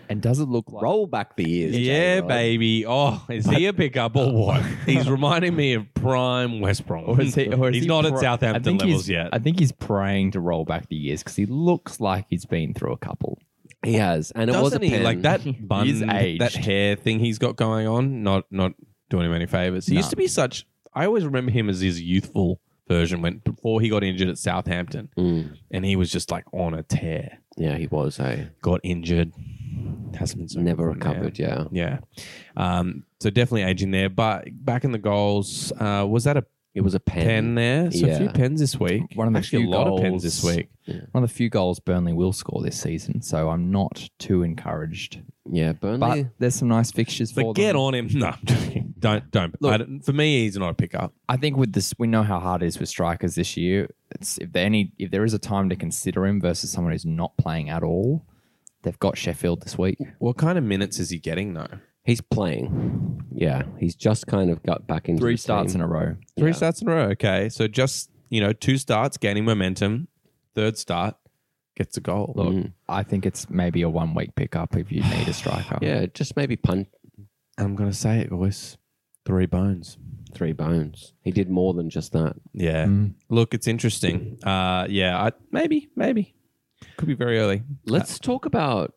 [SPEAKER 3] And does it look like?
[SPEAKER 1] Roll back the ears.
[SPEAKER 2] Yeah,
[SPEAKER 1] J-Rod.
[SPEAKER 2] baby. Oh, is he a pickup or what? He's reminding me of prime West Brom.
[SPEAKER 3] Or is he, or is
[SPEAKER 2] he's
[SPEAKER 3] he
[SPEAKER 2] not
[SPEAKER 3] pra-
[SPEAKER 2] at
[SPEAKER 3] I
[SPEAKER 2] Southampton
[SPEAKER 3] think he's-
[SPEAKER 2] levels yet.
[SPEAKER 3] I think he's praying to roll back the years because he looks like he's been through a couple.
[SPEAKER 1] He has, and it was a
[SPEAKER 2] Doesn't he?
[SPEAKER 1] pen.
[SPEAKER 2] Like that bun,
[SPEAKER 3] He's
[SPEAKER 2] that
[SPEAKER 3] aged.
[SPEAKER 2] hair thing he's got going on, not not doing him any favors. He used
[SPEAKER 3] No.
[SPEAKER 2] to be such. I always remember him as his youthful version when before he got injured at Southampton,
[SPEAKER 1] Mm.
[SPEAKER 2] and he was just like on a tear.
[SPEAKER 1] Yeah, he was. Hey,
[SPEAKER 2] Got injured, hasn't been so
[SPEAKER 1] never
[SPEAKER 2] good from there.
[SPEAKER 1] recovered. Yeah.
[SPEAKER 2] Yeah, um, so definitely aging there. But back in the goals, uh, was that a
[SPEAKER 1] it was a pen.
[SPEAKER 2] pen there. So a few
[SPEAKER 1] Yeah.
[SPEAKER 2] pens this week.
[SPEAKER 3] One of the
[SPEAKER 2] Actually, a
[SPEAKER 3] few
[SPEAKER 2] lot of pens this
[SPEAKER 3] goals.
[SPEAKER 2] week.
[SPEAKER 3] One of the few goals Burnley will score this season, so I'm not too encouraged.
[SPEAKER 1] Yeah, Burnley.
[SPEAKER 3] But there's some nice fixtures for
[SPEAKER 2] But get
[SPEAKER 3] them.
[SPEAKER 2] on him. No, I'm joking. don't don't. I don't- For me, he's not a pickup.
[SPEAKER 3] I think with this, we know how hard it is with strikers this year. It's if there any if there is a time to consider him versus someone who's not playing at all. They've got Sheffield this week.
[SPEAKER 2] What kind of minutes is he getting though?
[SPEAKER 1] he's playing. Yeah, he's just kind of got back into
[SPEAKER 3] Three
[SPEAKER 1] the
[SPEAKER 3] starts
[SPEAKER 1] team.
[SPEAKER 3] in a row.
[SPEAKER 2] Three starts in a row. Okay, so just you know, two starts, gaining momentum. Third start gets a goal.
[SPEAKER 3] Look, I think it's maybe a one week pickup if you need a striker.
[SPEAKER 1] yeah, just maybe punt
[SPEAKER 2] I'm gonna say it, boys. Three bones.
[SPEAKER 1] three bones. He did more than just that.
[SPEAKER 2] Yeah.
[SPEAKER 3] Mm.
[SPEAKER 2] Look, it's interesting. Uh, yeah. I, maybe. Maybe. Could be very early.
[SPEAKER 1] Let's talk about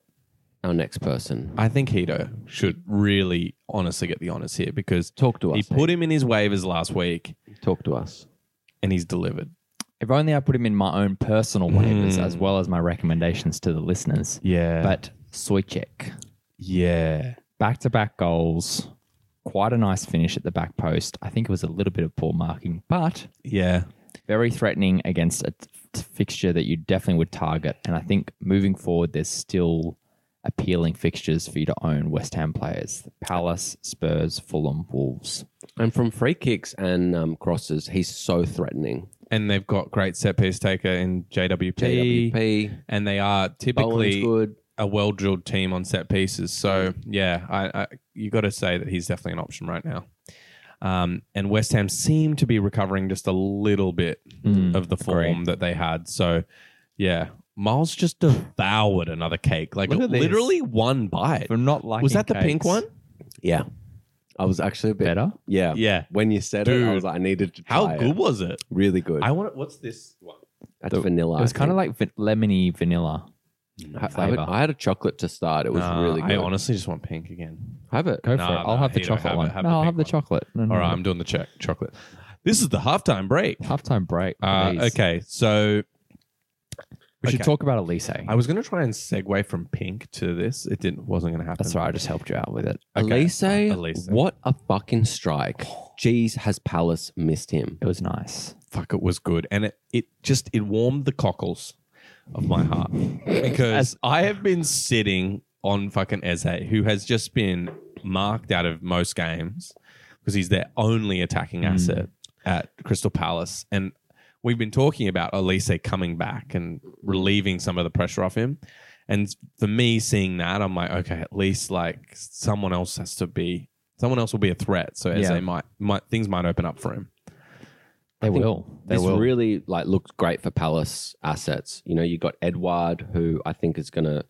[SPEAKER 1] our next person.
[SPEAKER 2] I think Hito should really, honestly get the honors here because
[SPEAKER 1] Talk to us.
[SPEAKER 2] he put him in his waivers last week.
[SPEAKER 1] Heath. Talk to us.
[SPEAKER 2] and he's delivered.
[SPEAKER 3] If only I put him in my own personal waivers as well as my recommendations to the listeners.
[SPEAKER 2] Yeah. But
[SPEAKER 3] But Soychek,
[SPEAKER 2] yeah.
[SPEAKER 3] back to back goals, quite a nice finish at the back post. I think it was a little bit of poor marking, but
[SPEAKER 2] Yeah.
[SPEAKER 3] very threatening against a t- fixture that you definitely would target. And I think moving forward, there's still appealing fixtures for you to own West Ham players Palace, Spurs, Fulham, Wolves.
[SPEAKER 1] And from free kicks and um, crosses, he's so threatening.
[SPEAKER 2] and they've got great set piece taker in JWP,
[SPEAKER 1] JWP,
[SPEAKER 2] and they are
[SPEAKER 1] Bowen's
[SPEAKER 2] typically
[SPEAKER 1] good.
[SPEAKER 2] a well drilled team on set pieces. So yeah, I, I you got to say that he's definitely an option right now. Um, and West Ham seem to be recovering just a little bit of the form
[SPEAKER 3] Mm, agree.
[SPEAKER 2] that they had. So yeah, Miles just devoured another cake, like
[SPEAKER 3] Look at this.
[SPEAKER 2] literally one bite.
[SPEAKER 3] For not liking
[SPEAKER 2] Was that the pink
[SPEAKER 3] cakes.
[SPEAKER 2] one?
[SPEAKER 1] Yeah, I was actually a bit
[SPEAKER 3] Better?
[SPEAKER 1] Yeah,
[SPEAKER 2] Yeah.
[SPEAKER 1] When you said it, I
[SPEAKER 2] Dude.
[SPEAKER 1] was like, I needed to.
[SPEAKER 2] How
[SPEAKER 1] try
[SPEAKER 2] good
[SPEAKER 1] It.
[SPEAKER 2] was it?
[SPEAKER 1] Really good.
[SPEAKER 2] I want. What's this one?
[SPEAKER 1] That's vanilla.
[SPEAKER 3] It was kind of like va- lemony vanilla.
[SPEAKER 1] like I, I, would-
[SPEAKER 3] flavour.
[SPEAKER 1] I had a chocolate to start. It was
[SPEAKER 2] Nah,
[SPEAKER 1] really good.
[SPEAKER 2] I honestly just want pink again.
[SPEAKER 1] Have it.
[SPEAKER 3] Go
[SPEAKER 2] Nah,
[SPEAKER 3] for it. I'll
[SPEAKER 2] nah,
[SPEAKER 3] have the
[SPEAKER 2] Hito,
[SPEAKER 3] chocolate
[SPEAKER 2] have it,
[SPEAKER 3] one.
[SPEAKER 2] have
[SPEAKER 3] no,
[SPEAKER 2] the
[SPEAKER 3] I'll
[SPEAKER 2] pink
[SPEAKER 3] have the
[SPEAKER 2] one.
[SPEAKER 3] chocolate. No, no,
[SPEAKER 2] All right, I'm doing the check chocolate. This is the halftime break.
[SPEAKER 3] halftime break.
[SPEAKER 2] Uh,
[SPEAKER 3] please.
[SPEAKER 2] okay, so
[SPEAKER 3] We should
[SPEAKER 2] okay.
[SPEAKER 3] talk about Elise.
[SPEAKER 2] I was going to try and segue from pink to this. It didn't. Wasn't going to happen.
[SPEAKER 3] That's right. I just helped you out with it.
[SPEAKER 2] Okay.
[SPEAKER 1] Elise,
[SPEAKER 2] Elise.
[SPEAKER 1] what a fucking strike. Jeez, has Palace missed him?
[SPEAKER 3] It was nice.
[SPEAKER 2] Fuck, it was good, and it, it just it warmed the cockles of my heart because I have been sitting on fucking Eze, who has just been marked out of most games because he's their only attacking asset at Crystal Palace, and we've been talking about Elise coming back and relieving some of the pressure off him. And for me, seeing that, I'm like, okay, at least like someone else has to be, someone else will be a threat. So as
[SPEAKER 3] Yeah.
[SPEAKER 2] they might, might, things might open up for him.
[SPEAKER 3] They
[SPEAKER 1] think
[SPEAKER 3] will. They
[SPEAKER 1] this
[SPEAKER 3] will.
[SPEAKER 1] really like looked great for Palace assets. You know, you got Edward, who I think is going to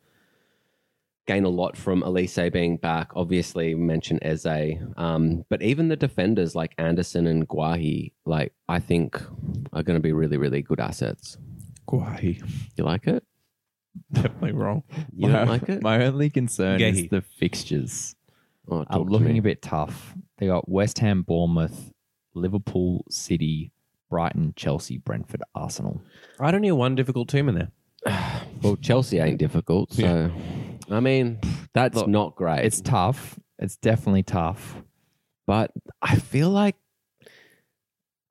[SPEAKER 1] gain a lot from Elise being back. Obviously, we mentioned Eze, um, but even the defenders like Anderson and Guahi, like I think are going to be really, really good assets.
[SPEAKER 2] Guahi.
[SPEAKER 1] You like it?
[SPEAKER 2] Definitely wrong.
[SPEAKER 1] You
[SPEAKER 3] my,
[SPEAKER 1] don't like it?
[SPEAKER 3] My only concern is
[SPEAKER 2] Gehi.
[SPEAKER 3] the fixtures
[SPEAKER 1] Oh,
[SPEAKER 3] are
[SPEAKER 1] talk to
[SPEAKER 3] looking
[SPEAKER 1] me.
[SPEAKER 3] a bit tough. They got West Ham, Bournemouth, Liverpool, City, Brighton, Chelsea, Brentford, Arsenal.
[SPEAKER 2] I don't hear one difficult team in there.
[SPEAKER 1] Well, Chelsea ain't difficult, so I mean that's
[SPEAKER 3] Look,
[SPEAKER 1] not great.
[SPEAKER 3] It's tough. It's definitely tough.
[SPEAKER 1] but I feel like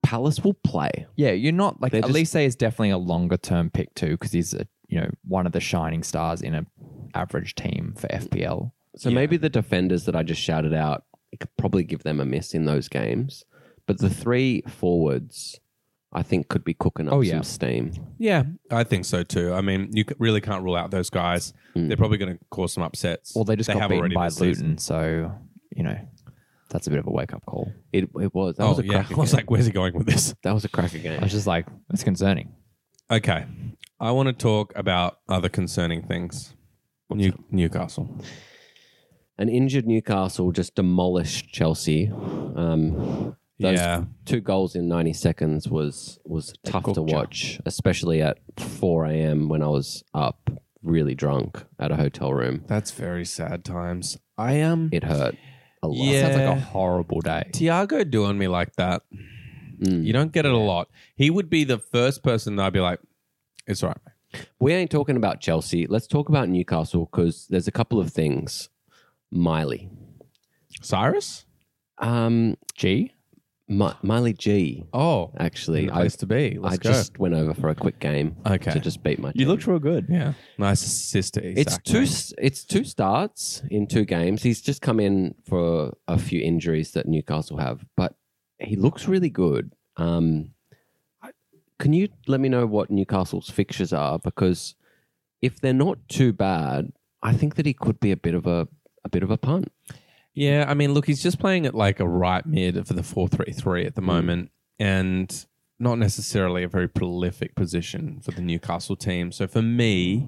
[SPEAKER 1] Palace will play.
[SPEAKER 3] Yeah, you're not like
[SPEAKER 1] They're just-
[SPEAKER 3] Elise is definitely a longer term pick too because he's a, you know one of the shining stars in a average team for FPL.
[SPEAKER 1] So
[SPEAKER 2] Yeah.
[SPEAKER 1] maybe the defenders that I just shouted out I could probably give them a miss in those games, but the three forwards I think could be cooking up
[SPEAKER 3] Oh, yeah.
[SPEAKER 1] some steam.
[SPEAKER 2] Yeah, I think so too. I mean, you c- really can't rule out those guys.
[SPEAKER 1] Mm.
[SPEAKER 2] They're probably going to cause some upsets.
[SPEAKER 3] Well, they just got
[SPEAKER 2] have
[SPEAKER 3] beaten
[SPEAKER 2] already
[SPEAKER 3] by
[SPEAKER 2] this season.
[SPEAKER 3] Luton, so you know that's a bit of a wake up call.
[SPEAKER 1] It, it was that
[SPEAKER 2] oh
[SPEAKER 1] was a
[SPEAKER 2] yeah,
[SPEAKER 1] cracker
[SPEAKER 2] I was
[SPEAKER 1] game.
[SPEAKER 2] like, where's he going with this?
[SPEAKER 1] that was a cracker
[SPEAKER 3] I
[SPEAKER 1] game.
[SPEAKER 3] was just like, that's concerning.
[SPEAKER 2] Okay, I want to talk about other concerning things. New, Newcastle.
[SPEAKER 1] An injured Newcastle just demolished Chelsea. Um, those
[SPEAKER 2] yeah,
[SPEAKER 1] two goals in 90 seconds was was tough to
[SPEAKER 3] cooked ya.
[SPEAKER 1] watch, especially at 4 a.m. when I was up really drunk at a hotel room.
[SPEAKER 2] that's very sad times. I um, am.
[SPEAKER 1] It hurt a lot.
[SPEAKER 2] Yeah.
[SPEAKER 3] Sounds like a horrible day.
[SPEAKER 2] Tiago doing me like that.
[SPEAKER 1] Mm.
[SPEAKER 2] You don't get it a lot. He would be the first person that I'd be like, it's all right. mate."
[SPEAKER 1] We ain't talking about Chelsea. Let's talk about Newcastle because there's a couple of things. Miley,
[SPEAKER 2] Cyrus?
[SPEAKER 1] um,
[SPEAKER 3] G.
[SPEAKER 1] Mi- Miley G.
[SPEAKER 2] Oh,
[SPEAKER 1] Actually, I,
[SPEAKER 2] place to be. Let's
[SPEAKER 1] I
[SPEAKER 2] go.
[SPEAKER 1] just went over for a quick game
[SPEAKER 2] okay.
[SPEAKER 1] to just beat my.
[SPEAKER 3] You
[SPEAKER 1] team.
[SPEAKER 3] looked real good.
[SPEAKER 2] yeah. Nice assist to Isak,
[SPEAKER 1] It's two.
[SPEAKER 2] mate.
[SPEAKER 1] s- It's two starts in two games. He's just come in for a few injuries that Newcastle have, but he looks really good. Um, I- can you let me know what Newcastle's fixtures are? Because if they're not too bad, I think that he could be a bit of a a bit of a punt.
[SPEAKER 2] Yeah, I mean, look, he's just playing at like a right mid for the four three three
[SPEAKER 3] Mm.
[SPEAKER 2] at the moment, and not necessarily a very prolific position for the Newcastle team. So for me,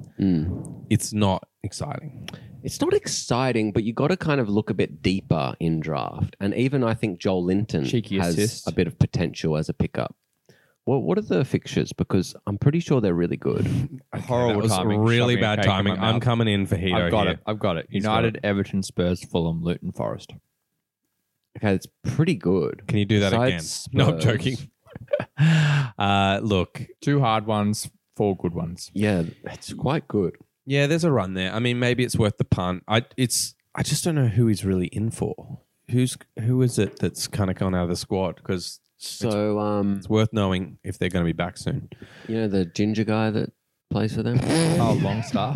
[SPEAKER 2] it's not exciting.
[SPEAKER 1] It's not exciting, but you got to kind of look a bit deeper in draft. And even I think Joel Linton
[SPEAKER 3] Cheeky
[SPEAKER 1] has
[SPEAKER 3] assist.
[SPEAKER 1] a bit of potential as a pickup. Well, what are the fixtures? Because I'm pretty sure they're really good.
[SPEAKER 2] that was really
[SPEAKER 3] Shoving a
[SPEAKER 2] bad
[SPEAKER 3] cake in
[SPEAKER 2] timing.
[SPEAKER 3] my
[SPEAKER 2] I'm
[SPEAKER 3] mouth.
[SPEAKER 2] coming in for Hito
[SPEAKER 3] I've got
[SPEAKER 2] here.
[SPEAKER 3] it. I've got it.
[SPEAKER 2] He's got
[SPEAKER 3] United, Everton, Spurs, Fulham, Luton, Forest.
[SPEAKER 1] Okay, it's pretty good.
[SPEAKER 2] Can you do that again?
[SPEAKER 1] Besides
[SPEAKER 2] No, I'm
[SPEAKER 1] Spurs.
[SPEAKER 2] joking. uh, look,
[SPEAKER 3] Two hard ones, four good ones.
[SPEAKER 1] Yeah, it's quite good.
[SPEAKER 2] yeah, there's a run there. I mean, maybe it's worth the punt. I it's I just don't know who he's really in for. Who's who is it that's kind of gone out of the squad? Because
[SPEAKER 1] So, um,
[SPEAKER 2] It's worth knowing if they're going to be back soon.
[SPEAKER 1] you know the ginger guy that plays for them.
[SPEAKER 3] Oh, long staff.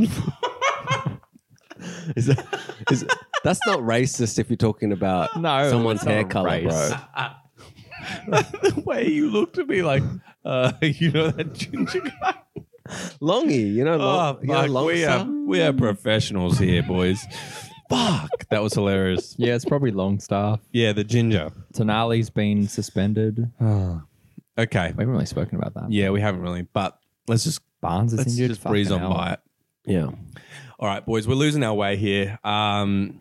[SPEAKER 1] Is that, is, that's not racist if you're talking about
[SPEAKER 3] No,
[SPEAKER 1] someone's
[SPEAKER 3] it's not
[SPEAKER 1] hair
[SPEAKER 3] a
[SPEAKER 1] color,
[SPEAKER 3] race.
[SPEAKER 1] bro.
[SPEAKER 2] the way you looked at me, like uh, you know that ginger guy.
[SPEAKER 1] Longy, you know,
[SPEAKER 2] Oh,
[SPEAKER 1] long, you know,
[SPEAKER 2] fuck,
[SPEAKER 1] long
[SPEAKER 2] we are
[SPEAKER 1] son?
[SPEAKER 2] we are professionals here, boys. fuck, that was hilarious.
[SPEAKER 3] Yeah, it's probably Longstaff.
[SPEAKER 2] Yeah, the ginger.
[SPEAKER 3] Tonali's been suspended.
[SPEAKER 2] Okay.
[SPEAKER 3] We haven't really spoken about that.
[SPEAKER 2] Yeah, we haven't really, but let's just
[SPEAKER 3] Barnes is
[SPEAKER 2] let's
[SPEAKER 3] injured.
[SPEAKER 2] just breeze on
[SPEAKER 3] Fucking hell.
[SPEAKER 2] by it.
[SPEAKER 1] Yeah.
[SPEAKER 2] All right, boys, we're losing our way here. Um,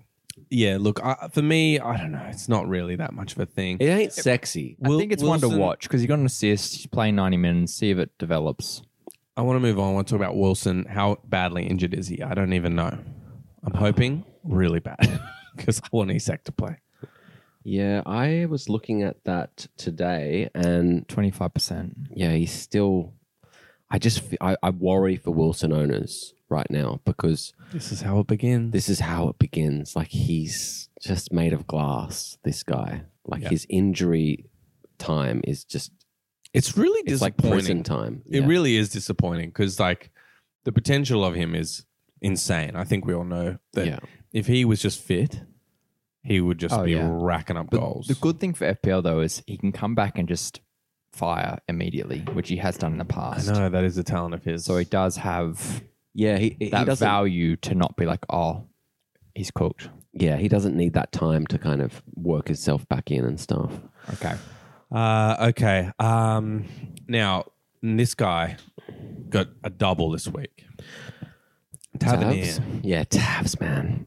[SPEAKER 2] yeah, look, I, for me, I don't know. It's not really that much of a thing.
[SPEAKER 1] It ain't sexy.
[SPEAKER 3] I
[SPEAKER 2] Wil-
[SPEAKER 3] think it's one
[SPEAKER 2] Wilson-
[SPEAKER 3] to watch because you got an assist, you play 90 minutes, see if it develops.
[SPEAKER 2] I want to move on. I want to talk about Wilson. How badly injured is he? I don't even know. I'm hoping really bad because I want Isak to play.
[SPEAKER 1] Yeah, I was looking at that today and
[SPEAKER 3] 25%.
[SPEAKER 1] yeah, he's still. I just fe- I, I worry for Wilson owners right now because
[SPEAKER 2] This is how it begins.
[SPEAKER 1] this is how it begins. Like he's just made of glass. This guy, like
[SPEAKER 2] Yeah.
[SPEAKER 1] his injury time is just
[SPEAKER 2] it's really
[SPEAKER 1] it's like
[SPEAKER 2] disappointing.
[SPEAKER 1] prison time.
[SPEAKER 2] it
[SPEAKER 1] Yeah.
[SPEAKER 2] really is disappointing because like the potential of him is insane. I think we all know that
[SPEAKER 1] Yeah.
[SPEAKER 2] if he was just fit, he would just
[SPEAKER 3] Oh,
[SPEAKER 2] be
[SPEAKER 3] yeah.
[SPEAKER 2] racking up
[SPEAKER 3] But
[SPEAKER 2] goals.
[SPEAKER 3] the good thing for FPL, though, is he can come back and just fire immediately, which he has done in the
[SPEAKER 2] I
[SPEAKER 3] past.
[SPEAKER 2] know that is a talent of his.
[SPEAKER 3] So he does have
[SPEAKER 1] Yeah, he, he
[SPEAKER 3] that
[SPEAKER 1] doesn't.
[SPEAKER 3] value to not be like, oh, he's cooked.
[SPEAKER 1] yeah, he doesn't need that time to kind of work himself back in and stuff.
[SPEAKER 3] Okay.
[SPEAKER 2] Uh, okay. Um, now this guy got a double this week. Tavernier.
[SPEAKER 1] Tabs? yeah, tabs, man.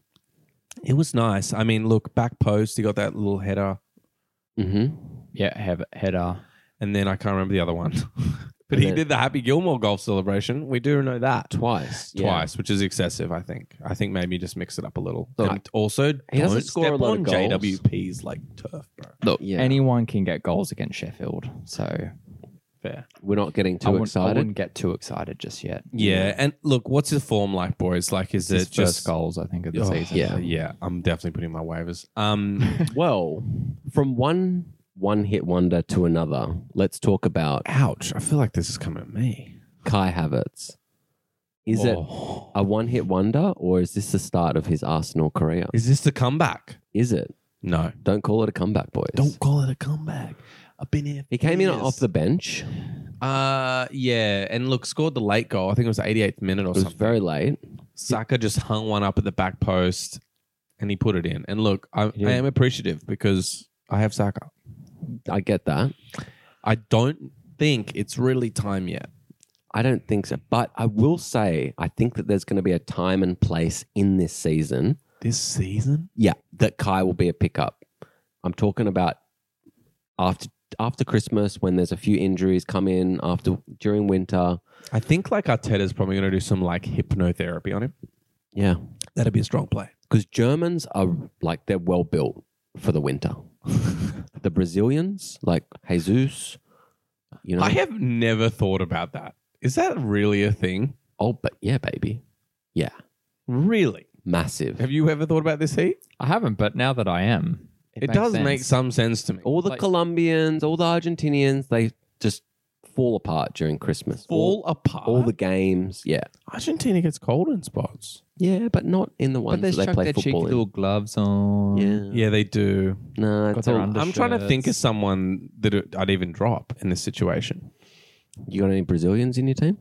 [SPEAKER 2] It was nice. I mean, look, back post, he got that little header,
[SPEAKER 1] hmm
[SPEAKER 3] Yeah, have header.
[SPEAKER 2] and then I can't remember the other one. but
[SPEAKER 1] And
[SPEAKER 2] he
[SPEAKER 1] then-
[SPEAKER 2] did the Happy Gilmore golf celebration. We do know that
[SPEAKER 1] Twice, yeah.
[SPEAKER 2] twice, which is excessive. I think. I think maybe just mix it up a little.
[SPEAKER 1] Look,
[SPEAKER 2] and also,
[SPEAKER 1] he doesn't
[SPEAKER 2] don't
[SPEAKER 1] score
[SPEAKER 2] step
[SPEAKER 1] a lot of
[SPEAKER 2] on
[SPEAKER 1] goals.
[SPEAKER 2] JWP's like turf, bro.
[SPEAKER 3] Look,
[SPEAKER 1] Yeah.
[SPEAKER 3] anyone can get goals against Sheffield. So
[SPEAKER 2] Fair.
[SPEAKER 1] We're not getting
[SPEAKER 3] I,
[SPEAKER 1] too
[SPEAKER 3] wouldn't, I
[SPEAKER 1] excited.
[SPEAKER 3] wouldn't get too excited just yet.
[SPEAKER 2] Yeah, and look, what's his form like, boys? Like, is it
[SPEAKER 3] It's just
[SPEAKER 2] just?
[SPEAKER 3] goals, I think, of the
[SPEAKER 2] Oh,
[SPEAKER 3] season.
[SPEAKER 1] yeah.
[SPEAKER 2] yeah, I'm definitely putting my waivers. Um.
[SPEAKER 1] Well, from one one hit wonder to another, let's talk about
[SPEAKER 2] Ouch. I feel like this is coming at me.
[SPEAKER 1] Kai Havertz. Is it
[SPEAKER 2] Oh.
[SPEAKER 1] a one hit wonder or is this the start of his Arsenal career?
[SPEAKER 2] Is this the comeback?
[SPEAKER 1] Is it?
[SPEAKER 2] No.
[SPEAKER 1] Don't call it a comeback, boys.
[SPEAKER 2] call it a comeback. I've been here.
[SPEAKER 1] He came in off the bench. It
[SPEAKER 2] Uh, yeah. And look, scored the late goal. I think it was the 88th minute or
[SPEAKER 1] was
[SPEAKER 2] something.
[SPEAKER 1] very late.
[SPEAKER 2] Saka just hung one up at the back post and he put it in. And look, I,
[SPEAKER 3] did.
[SPEAKER 2] I am appreciative because I have Saka.
[SPEAKER 1] I get that.
[SPEAKER 2] I don't think it's really time yet.
[SPEAKER 1] I don't think so. But I will say, I think that there's going to be a time and place in this season
[SPEAKER 2] This season?
[SPEAKER 1] Yeah, that Kai will be a pickup. I'm talking about after after Christmas when there's a few injuries come in after during winter.
[SPEAKER 2] I think like Arteta's probably going to do some like hypnotherapy on him.
[SPEAKER 1] Yeah,
[SPEAKER 2] That'd be a strong play.
[SPEAKER 1] because Germans are like they're well built for the winter. the Brazilians, like Jesus, you know.
[SPEAKER 2] I have never thought about that. Is that really a thing?
[SPEAKER 1] oh, but yeah, baby, yeah,
[SPEAKER 2] Really?
[SPEAKER 1] massive.
[SPEAKER 2] Have you ever thought about this heat?
[SPEAKER 3] I haven't, but now that I am,
[SPEAKER 2] It, does make
[SPEAKER 3] sense.
[SPEAKER 2] some sense to me.
[SPEAKER 1] all the
[SPEAKER 3] like-
[SPEAKER 1] Colombians, all the Argentinians, they just fall apart during Christmas.
[SPEAKER 2] Fall apart.
[SPEAKER 1] all, all the games, yeah,
[SPEAKER 2] Argentina gets cold in spots.
[SPEAKER 1] yeah, but not in the
[SPEAKER 3] But
[SPEAKER 1] ones
[SPEAKER 3] they
[SPEAKER 1] that they
[SPEAKER 3] chuck
[SPEAKER 1] play
[SPEAKER 3] their cheeky
[SPEAKER 1] football in.
[SPEAKER 3] little gloves on.
[SPEAKER 1] Yeah.
[SPEAKER 2] Yeah, they do.
[SPEAKER 1] No,
[SPEAKER 3] Got
[SPEAKER 1] it's
[SPEAKER 3] their
[SPEAKER 1] all,
[SPEAKER 3] under-
[SPEAKER 2] I'm trying to
[SPEAKER 3] shirts.
[SPEAKER 2] think of someone that it- I'd even drop in this situation.
[SPEAKER 1] you got any Brazilians in your team?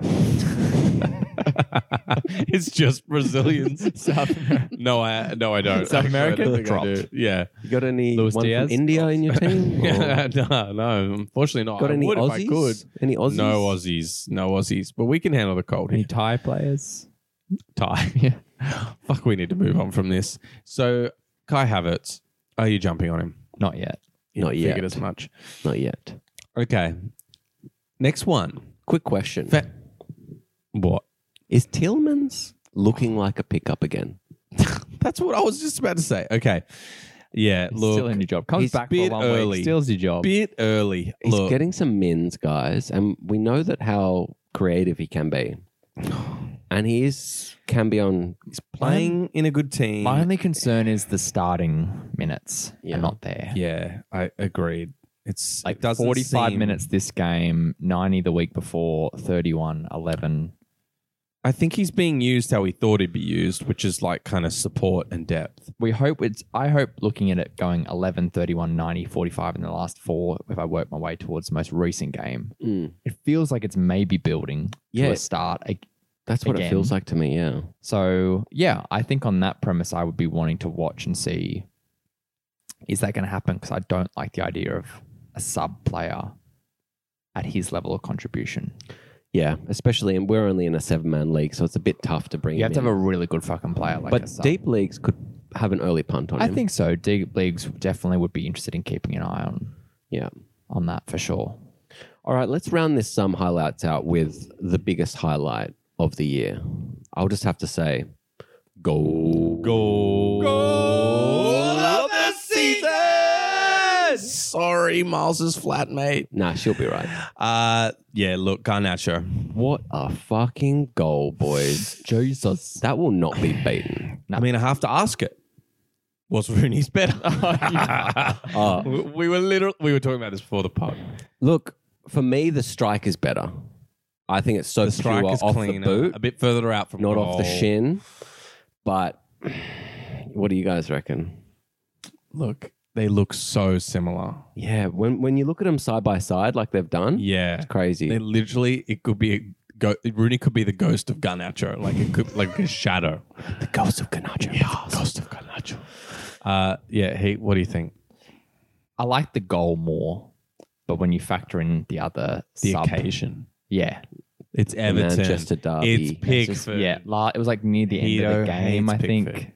[SPEAKER 2] it's just Brazilians. South America. No, I no, I don't.
[SPEAKER 3] South
[SPEAKER 2] Actually, I
[SPEAKER 3] America?
[SPEAKER 2] don't think I
[SPEAKER 3] Dropped.
[SPEAKER 2] do. Yeah.
[SPEAKER 1] You got any
[SPEAKER 3] Luis
[SPEAKER 1] one
[SPEAKER 3] Diaz?
[SPEAKER 1] from India in your team? Or
[SPEAKER 2] no, no. Unfortunately, not.
[SPEAKER 1] got
[SPEAKER 2] I
[SPEAKER 1] any
[SPEAKER 2] would if I
[SPEAKER 1] Aussies?
[SPEAKER 2] could.
[SPEAKER 1] Any Aussies?
[SPEAKER 2] No Aussies. No Aussies. But we can handle the cold here.
[SPEAKER 3] Any Thai players?
[SPEAKER 2] Ty.
[SPEAKER 3] Yeah.
[SPEAKER 2] Fuck, we need to move on from this. So, Kai Havertz, are you jumping on him?
[SPEAKER 3] Not yet.
[SPEAKER 1] Not
[SPEAKER 2] Figured
[SPEAKER 1] yet.
[SPEAKER 2] as much.
[SPEAKER 1] Not yet.
[SPEAKER 2] Okay. Next one.
[SPEAKER 1] Quick question:
[SPEAKER 2] Fa- what?
[SPEAKER 1] Is Tillman's looking like a pickup again?
[SPEAKER 2] That's what I was just about to say. Okay. Yeah,
[SPEAKER 3] He's
[SPEAKER 2] look.
[SPEAKER 3] still in your job. Comes
[SPEAKER 2] he's
[SPEAKER 3] back
[SPEAKER 2] bit
[SPEAKER 3] for one
[SPEAKER 2] early.
[SPEAKER 3] week. Steals your job.
[SPEAKER 2] bit early.
[SPEAKER 1] He's
[SPEAKER 2] look.
[SPEAKER 1] getting some mins, guys, and we know that how creative he can be, and he is can be on.
[SPEAKER 2] he's playing in a good team.
[SPEAKER 3] My only concern is the starting minutes
[SPEAKER 1] Yeah.
[SPEAKER 3] are not there.
[SPEAKER 2] yeah, I agreed. It's
[SPEAKER 3] Like
[SPEAKER 2] it doesn't
[SPEAKER 3] 45
[SPEAKER 2] seem-
[SPEAKER 3] minutes this game, 90 the week before, 31, 11.
[SPEAKER 2] I think he's being used how he thought he'd be used, which is like kind of support and depth.
[SPEAKER 3] We hope it's. I hope looking at it going 11, 31, 90, 45 in the last four, if I work my way towards the most recent game,
[SPEAKER 1] Mm.
[SPEAKER 3] it feels like it's maybe building
[SPEAKER 1] Yeah.
[SPEAKER 3] to a start. I-
[SPEAKER 1] That's what it
[SPEAKER 3] Again.
[SPEAKER 1] feels like to me. Yeah.
[SPEAKER 3] So, yeah, I think on that premise, I would be wanting to watch and see is that going to happen? Because I don't like the idea of a sub player at his level of contribution.
[SPEAKER 1] Yeah. Especially, and we're only in a seven man league, so it's a bit tough to bring
[SPEAKER 3] You
[SPEAKER 1] him
[SPEAKER 3] have to
[SPEAKER 1] in.
[SPEAKER 3] have a really good fucking player like a
[SPEAKER 1] but
[SPEAKER 3] sub.
[SPEAKER 1] deep leagues could have an early punt on
[SPEAKER 3] I
[SPEAKER 1] him.
[SPEAKER 3] think so. Deep leagues definitely would be interested in keeping an eye on
[SPEAKER 1] Yeah.
[SPEAKER 3] on that for sure.
[SPEAKER 1] All right, let's round this some highlights out with the biggest highlight of the year. I'll just have to say, go
[SPEAKER 2] Goal. Goal
[SPEAKER 1] of the
[SPEAKER 2] season. Sorry, Miles's flatmate.
[SPEAKER 1] Nah, she'll be right.
[SPEAKER 2] Uh, yeah. Look, Garnacho.
[SPEAKER 1] What a fucking goal, boys!
[SPEAKER 3] Jesus.
[SPEAKER 1] That will not be beaten.
[SPEAKER 2] I mean, I have to ask it. Was Rooney's better?
[SPEAKER 1] Uh,
[SPEAKER 2] Oh, we, we were literal. We were talking about this before the pod.
[SPEAKER 1] look, for me, the strike is better. I think it's so
[SPEAKER 2] The strike
[SPEAKER 1] pure
[SPEAKER 2] is
[SPEAKER 1] uh, off
[SPEAKER 2] cleaner,
[SPEAKER 1] the boot,
[SPEAKER 2] a bit further out from
[SPEAKER 1] not off the
[SPEAKER 2] goal.
[SPEAKER 1] shin. But what do you guys reckon?
[SPEAKER 2] Look, they look so similar.
[SPEAKER 1] Yeah, when when you look at them side by side, like they've done,
[SPEAKER 2] Yeah,
[SPEAKER 1] crazy.
[SPEAKER 2] they literally. It could be. A go, Rooney could be the ghost of Garnacho, like it could, like a shadow.
[SPEAKER 1] the ghost of Ganacho.
[SPEAKER 2] Ghost of Garnacho. Uh, yeah. Hey, what do you think?
[SPEAKER 3] I like the goal more, but when you factor in the other
[SPEAKER 2] The
[SPEAKER 3] sub,
[SPEAKER 2] occasion.
[SPEAKER 3] yeah,
[SPEAKER 2] It's Everton.
[SPEAKER 1] Manchester derby.
[SPEAKER 2] It's
[SPEAKER 1] It's
[SPEAKER 2] Pickford.
[SPEAKER 3] Just- yeah, la- it was like near the end of
[SPEAKER 2] Hito
[SPEAKER 3] the game,
[SPEAKER 2] hates
[SPEAKER 3] I think.
[SPEAKER 2] Pickford.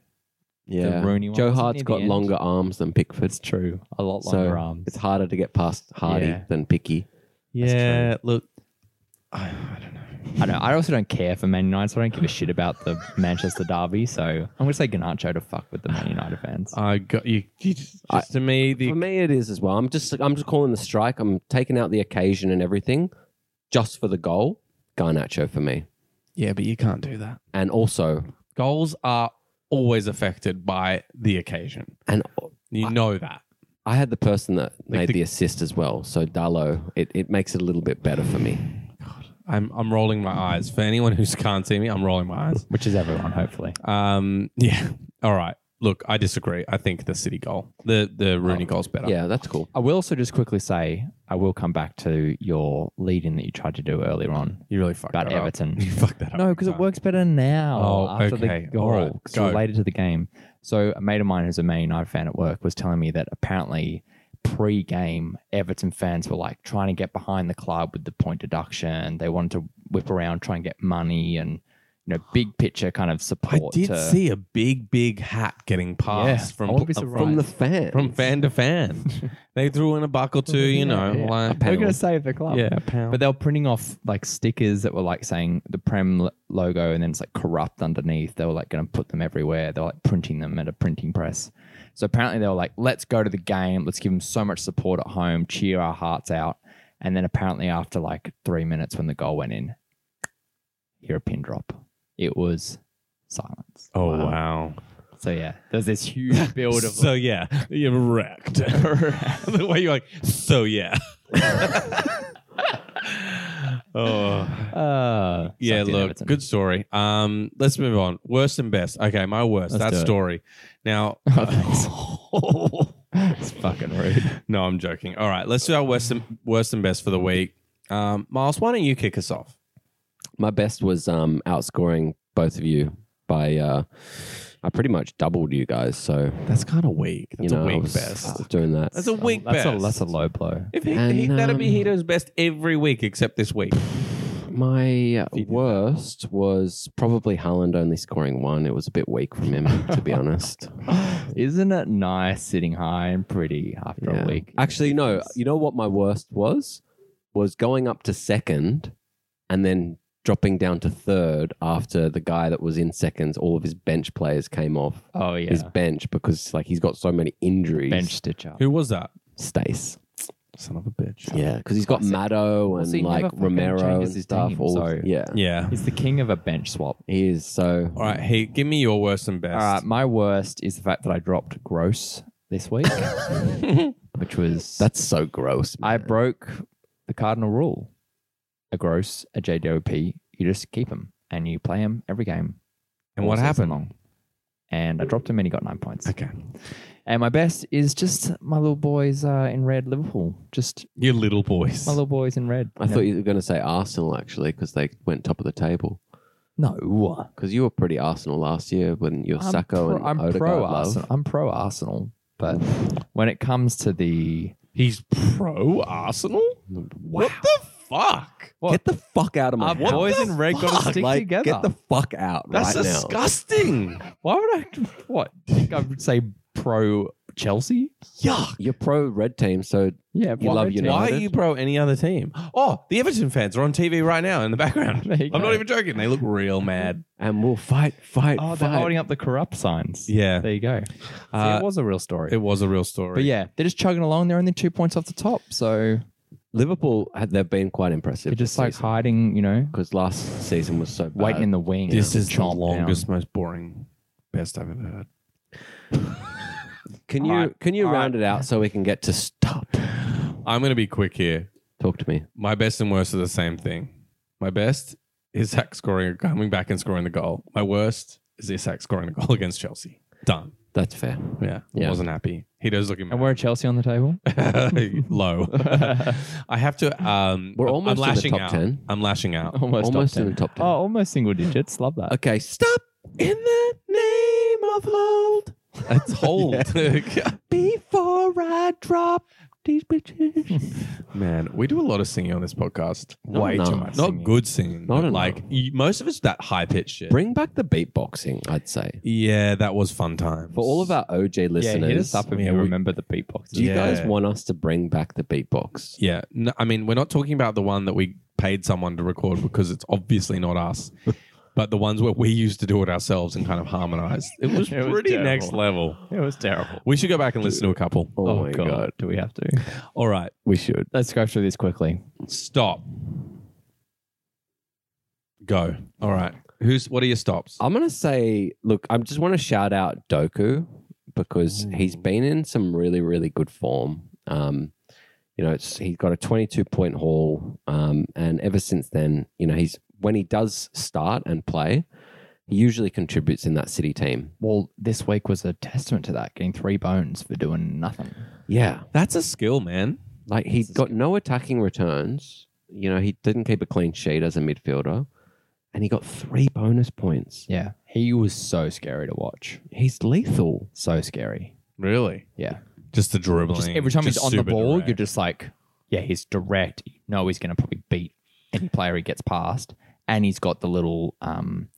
[SPEAKER 1] Yeah.
[SPEAKER 3] Rooney one,
[SPEAKER 1] Joe
[SPEAKER 3] wasn't
[SPEAKER 1] Hart's
[SPEAKER 3] it,
[SPEAKER 1] got
[SPEAKER 3] the end?
[SPEAKER 1] longer arms than Pickford's.
[SPEAKER 3] true. A lot
[SPEAKER 1] So
[SPEAKER 3] longer arms.
[SPEAKER 1] it's harder to get past Hardy
[SPEAKER 3] Yeah.
[SPEAKER 1] than Picky.
[SPEAKER 2] Yeah. Look, I, I don't know.
[SPEAKER 3] I don't. I also don't care for Man United, so I don't give a shit about the Manchester derby. So I'm gonna say Ganacho to fuck with the Man United fans.
[SPEAKER 2] I got you. you just, just to me, the
[SPEAKER 1] For me, it is as well. I'm just I'm just calling the strike. I'm taking out the occasion and everything, just for the goal. Garnacho for me,
[SPEAKER 2] yeah, but you can't do that.
[SPEAKER 1] and also
[SPEAKER 2] Goals are always affected by the occasion.
[SPEAKER 1] and
[SPEAKER 2] You know that.
[SPEAKER 1] I had the person that made
[SPEAKER 2] the-
[SPEAKER 1] the, assist as well. So Darlow, it, it makes it a little bit better for me.
[SPEAKER 2] I'm I'm rolling my eyes. For anyone who can't see me, I'm rolling my eyes.
[SPEAKER 3] Which is everyone, hopefully.
[SPEAKER 2] Um, yeah. All right. Look, I disagree. I think the City goal, the the
[SPEAKER 3] Oh,
[SPEAKER 2] Rooney goal's better.
[SPEAKER 1] Yeah, that's cool.
[SPEAKER 3] I will also just quickly say I will come back to your lead in that you tried to do earlier on
[SPEAKER 2] You really fucked
[SPEAKER 3] about
[SPEAKER 2] that
[SPEAKER 3] Everton.
[SPEAKER 2] up. You fucked that up.
[SPEAKER 3] No, because it works better now
[SPEAKER 2] Oh,
[SPEAKER 3] after
[SPEAKER 2] okay.
[SPEAKER 3] the goal.
[SPEAKER 2] All right.
[SPEAKER 3] 'cause
[SPEAKER 2] Go.
[SPEAKER 3] related to the game. So a mate of mine who's a Man United fan at work was telling me that apparently pre-game Everton fans were like trying to get behind the club with the point deduction. They wanted to whip around, try and get money and you know, big picture kind of
[SPEAKER 2] I
[SPEAKER 3] support.
[SPEAKER 2] did
[SPEAKER 3] to-
[SPEAKER 2] see a big, big hat getting passed
[SPEAKER 3] Yeah,
[SPEAKER 2] from
[SPEAKER 3] I wouldn't be
[SPEAKER 2] uh,
[SPEAKER 1] From
[SPEAKER 3] Right.
[SPEAKER 1] the fan,
[SPEAKER 2] from fan to fan. they threw in a buck or two, you know,
[SPEAKER 3] yeah.
[SPEAKER 2] like
[SPEAKER 3] They were going to save the club.
[SPEAKER 2] yeah, a pound.
[SPEAKER 3] But they were printing off like stickers that were like saying the Prem l- logo and then it's like corrupt underneath. They were like going to put them everywhere. They were like printing them at a printing press. So apparently they were like, let's go to the game. Let's give them so much support at home, cheer our hearts out. And then apparently after like three minutes when the goal went in, hear a pin drop. It was silence.
[SPEAKER 2] oh wow.
[SPEAKER 3] So yeah, there's this huge build of
[SPEAKER 2] So yeah, you're wrecked. the way you're like, so yeah. oh
[SPEAKER 3] uh,
[SPEAKER 2] yeah,
[SPEAKER 3] sucked in
[SPEAKER 2] look,
[SPEAKER 3] Everton.
[SPEAKER 2] good story. Um, let's move on. Worst and best. Okay, my worst.
[SPEAKER 3] Let's
[SPEAKER 2] that
[SPEAKER 3] do it.
[SPEAKER 2] story. Now,
[SPEAKER 3] Oh, thanks. it's fucking rude.
[SPEAKER 2] no, I'm joking. All right, let's do our worst and worst and best for the week. Um, Miles, why don't you kick us off?
[SPEAKER 1] My best was um, outscoring both of you by uh, I pretty much doubled you guys. So
[SPEAKER 2] That's kind of weak.
[SPEAKER 1] you
[SPEAKER 2] That's
[SPEAKER 1] know, uh,
[SPEAKER 2] a
[SPEAKER 1] I
[SPEAKER 2] weak
[SPEAKER 1] was
[SPEAKER 2] best.
[SPEAKER 1] doing that.
[SPEAKER 2] That's a weak
[SPEAKER 3] that's
[SPEAKER 2] best.
[SPEAKER 3] A, that's a low blow.
[SPEAKER 2] If he,
[SPEAKER 1] And,
[SPEAKER 2] he, that'd be
[SPEAKER 1] um,
[SPEAKER 2] Hito's best every week except this week.
[SPEAKER 1] My worst was probably Haaland only scoring one. It was a bit weak from him, to be honest.
[SPEAKER 3] Isn't it nice sitting high and pretty after
[SPEAKER 1] Yeah.
[SPEAKER 3] a week?
[SPEAKER 1] Actually, no. You know what my worst was? Was going up to second and then dropping down to third after the guy that was in seconds, all of his bench players came off
[SPEAKER 3] Oh yeah,
[SPEAKER 1] his bench because like he's got so many injuries.
[SPEAKER 3] bench stitcher.
[SPEAKER 2] Who was that?
[SPEAKER 1] Stace.
[SPEAKER 2] Son of a bitch.
[SPEAKER 1] Yeah, because he's got
[SPEAKER 3] Classic.
[SPEAKER 1] Maddo
[SPEAKER 3] Well,
[SPEAKER 1] and
[SPEAKER 3] so he never
[SPEAKER 1] like
[SPEAKER 3] fucking
[SPEAKER 1] Romero
[SPEAKER 3] changes
[SPEAKER 1] and
[SPEAKER 3] his
[SPEAKER 1] stuff.
[SPEAKER 3] team,
[SPEAKER 1] all
[SPEAKER 3] so-
[SPEAKER 1] yeah,
[SPEAKER 2] Yeah.
[SPEAKER 3] He's the king of a bench swap.
[SPEAKER 1] he is. So
[SPEAKER 2] All right, hey, give me your worst and best.
[SPEAKER 3] All right, my worst is the fact that I dropped gross this week, which was
[SPEAKER 1] that's so gross.
[SPEAKER 3] I broke the cardinal rule. A gross, a JDOP, you just keep them. and you play him every game.
[SPEAKER 2] And
[SPEAKER 3] all
[SPEAKER 2] what
[SPEAKER 3] season
[SPEAKER 2] happened?
[SPEAKER 3] Long. And I dropped him and he got nine points.
[SPEAKER 2] Okay.
[SPEAKER 3] And my best is just my little boys uh, in red, Liverpool. Just
[SPEAKER 2] Your little boys.
[SPEAKER 3] my little boys in red.
[SPEAKER 1] I thought you were going to say Arsenal actually because they went top of the table.
[SPEAKER 3] no.
[SPEAKER 1] Because you were pretty Arsenal last year when you were
[SPEAKER 3] I'm
[SPEAKER 1] Sacco
[SPEAKER 3] pro-
[SPEAKER 1] and
[SPEAKER 3] I'm
[SPEAKER 1] Odegaard
[SPEAKER 3] pro
[SPEAKER 1] love.
[SPEAKER 3] Arsenal. I'm pro Arsenal, but when it comes to the
[SPEAKER 2] He's pro Arsenal? What the fuck?
[SPEAKER 1] Get the fuck out of my
[SPEAKER 3] Our
[SPEAKER 1] house.
[SPEAKER 3] boys in red gotta
[SPEAKER 1] Fuck,
[SPEAKER 3] stick
[SPEAKER 1] like,
[SPEAKER 3] together.
[SPEAKER 1] Get the fuck out
[SPEAKER 2] That's
[SPEAKER 1] right now.
[SPEAKER 2] disgusting.
[SPEAKER 3] why would I what think I would say pro Chelsea?
[SPEAKER 2] Yuck.
[SPEAKER 1] You're pro red team, so
[SPEAKER 3] Yeah,
[SPEAKER 1] You love United.
[SPEAKER 2] Why are you pro any other team? Oh, the Everton fans are on TV right now in the background.
[SPEAKER 3] There you
[SPEAKER 2] I'm
[SPEAKER 3] go.
[SPEAKER 2] not even joking. They look real mad.
[SPEAKER 1] and we'll fight, fight,
[SPEAKER 3] Oh, they're
[SPEAKER 1] fight.
[SPEAKER 3] holding up the corrupt signs.
[SPEAKER 2] Yeah.
[SPEAKER 3] There you go.
[SPEAKER 2] Uh,
[SPEAKER 3] See, it was a real story.
[SPEAKER 2] It was a real story.
[SPEAKER 3] but yeah, they're just chugging along. They're only two points off the top, so
[SPEAKER 1] Liverpool had- they've been quite impressive.
[SPEAKER 3] they're just like hiding, you know,
[SPEAKER 1] because last season was so bad.
[SPEAKER 3] waiting in the wing.
[SPEAKER 2] this
[SPEAKER 3] and
[SPEAKER 2] is the
[SPEAKER 3] chomp down.
[SPEAKER 2] longest, most boring best I've ever heard.
[SPEAKER 1] Can you
[SPEAKER 3] Alright,
[SPEAKER 1] can you
[SPEAKER 2] alright.
[SPEAKER 1] round it out so we can get to stop?
[SPEAKER 2] I'm going to be quick here.
[SPEAKER 1] Talk to me.
[SPEAKER 2] My best and worst are the same thing. My best is Zach scoring, coming back and scoring the goal. My worst is Isak scoring the goal against Chelsea. Done.
[SPEAKER 1] That's fair.
[SPEAKER 2] Yeah.
[SPEAKER 1] Yeah.
[SPEAKER 2] Wasn't happy. He does looking
[SPEAKER 3] And we're at Chelsea on the table.
[SPEAKER 2] mad. low. I have to. Um,
[SPEAKER 1] We're
[SPEAKER 2] I'm-
[SPEAKER 1] almost in
[SPEAKER 2] I'm
[SPEAKER 1] the
[SPEAKER 2] lashing
[SPEAKER 1] top
[SPEAKER 2] out.
[SPEAKER 1] 10.
[SPEAKER 2] I'm lashing out.
[SPEAKER 3] Almost, top
[SPEAKER 1] Almost in
[SPEAKER 3] 10.
[SPEAKER 1] the top
[SPEAKER 3] Oh,
[SPEAKER 1] ten.
[SPEAKER 3] almost single digits. Love that.
[SPEAKER 1] Okay, stop in the name of hold
[SPEAKER 2] It's whole.
[SPEAKER 1] before I drop these bitches.
[SPEAKER 2] Man, we do a lot of singing on this podcast.
[SPEAKER 1] Not
[SPEAKER 2] Way too
[SPEAKER 1] enough.
[SPEAKER 2] much.
[SPEAKER 3] Singing.
[SPEAKER 2] Not good singing.
[SPEAKER 1] Not
[SPEAKER 2] but,
[SPEAKER 1] enough.
[SPEAKER 2] like you, most of it's that high pitched shit.
[SPEAKER 1] Bring back the beatboxing, I'd say.
[SPEAKER 2] yeah, that was fun time
[SPEAKER 1] For all of our OJ
[SPEAKER 3] yeah,
[SPEAKER 1] listeners,
[SPEAKER 3] hit us up if
[SPEAKER 2] Yeah,
[SPEAKER 3] you
[SPEAKER 2] we-
[SPEAKER 3] remember the beatbox.
[SPEAKER 1] do you guys
[SPEAKER 2] Yeah.
[SPEAKER 1] want us to bring back the beatbox?
[SPEAKER 2] Yeah, no, I mean, we're not talking about the one that we paid someone to record because it's obviously not us. But the ones where we used to do it ourselves and kind of harmonized. It was
[SPEAKER 3] It was
[SPEAKER 2] pretty
[SPEAKER 3] terrible.
[SPEAKER 2] next level.
[SPEAKER 3] It was terrible.
[SPEAKER 2] We should go back and listen to a couple.
[SPEAKER 1] Oh, my god.
[SPEAKER 3] Do we have to?
[SPEAKER 2] All right,
[SPEAKER 1] we should.
[SPEAKER 3] Let's go through this quickly.
[SPEAKER 2] stop. Go. All right. Who's? What are your stops?
[SPEAKER 3] Uh,
[SPEAKER 1] I'm gonna say, look, I just want to shout out Doku because he's been in some really, really good form. Um, you know, it's, he's got a 22 point haul, um, and ever since then, you know, he's when he does start and play, he usually contributes in that city team.
[SPEAKER 3] Well, this week was a testament to that, getting three bones for doing nothing.
[SPEAKER 1] Yeah,
[SPEAKER 2] That's a skill, man.
[SPEAKER 1] like he got no attacking returns. You know, he didn't keep a clean sheet as a midfielder, and he got three bonus points.
[SPEAKER 3] Yeah. He was so scary to watch.
[SPEAKER 1] He's lethal.
[SPEAKER 3] So scary.
[SPEAKER 2] Really?
[SPEAKER 3] Yeah.
[SPEAKER 2] Just the dribbling.
[SPEAKER 3] Just every time he's on the
[SPEAKER 2] super
[SPEAKER 3] ball,
[SPEAKER 2] direct.
[SPEAKER 3] you're just like, yeah, he's direct. You know he's going to probably beat any player he gets past. And he's got the little um,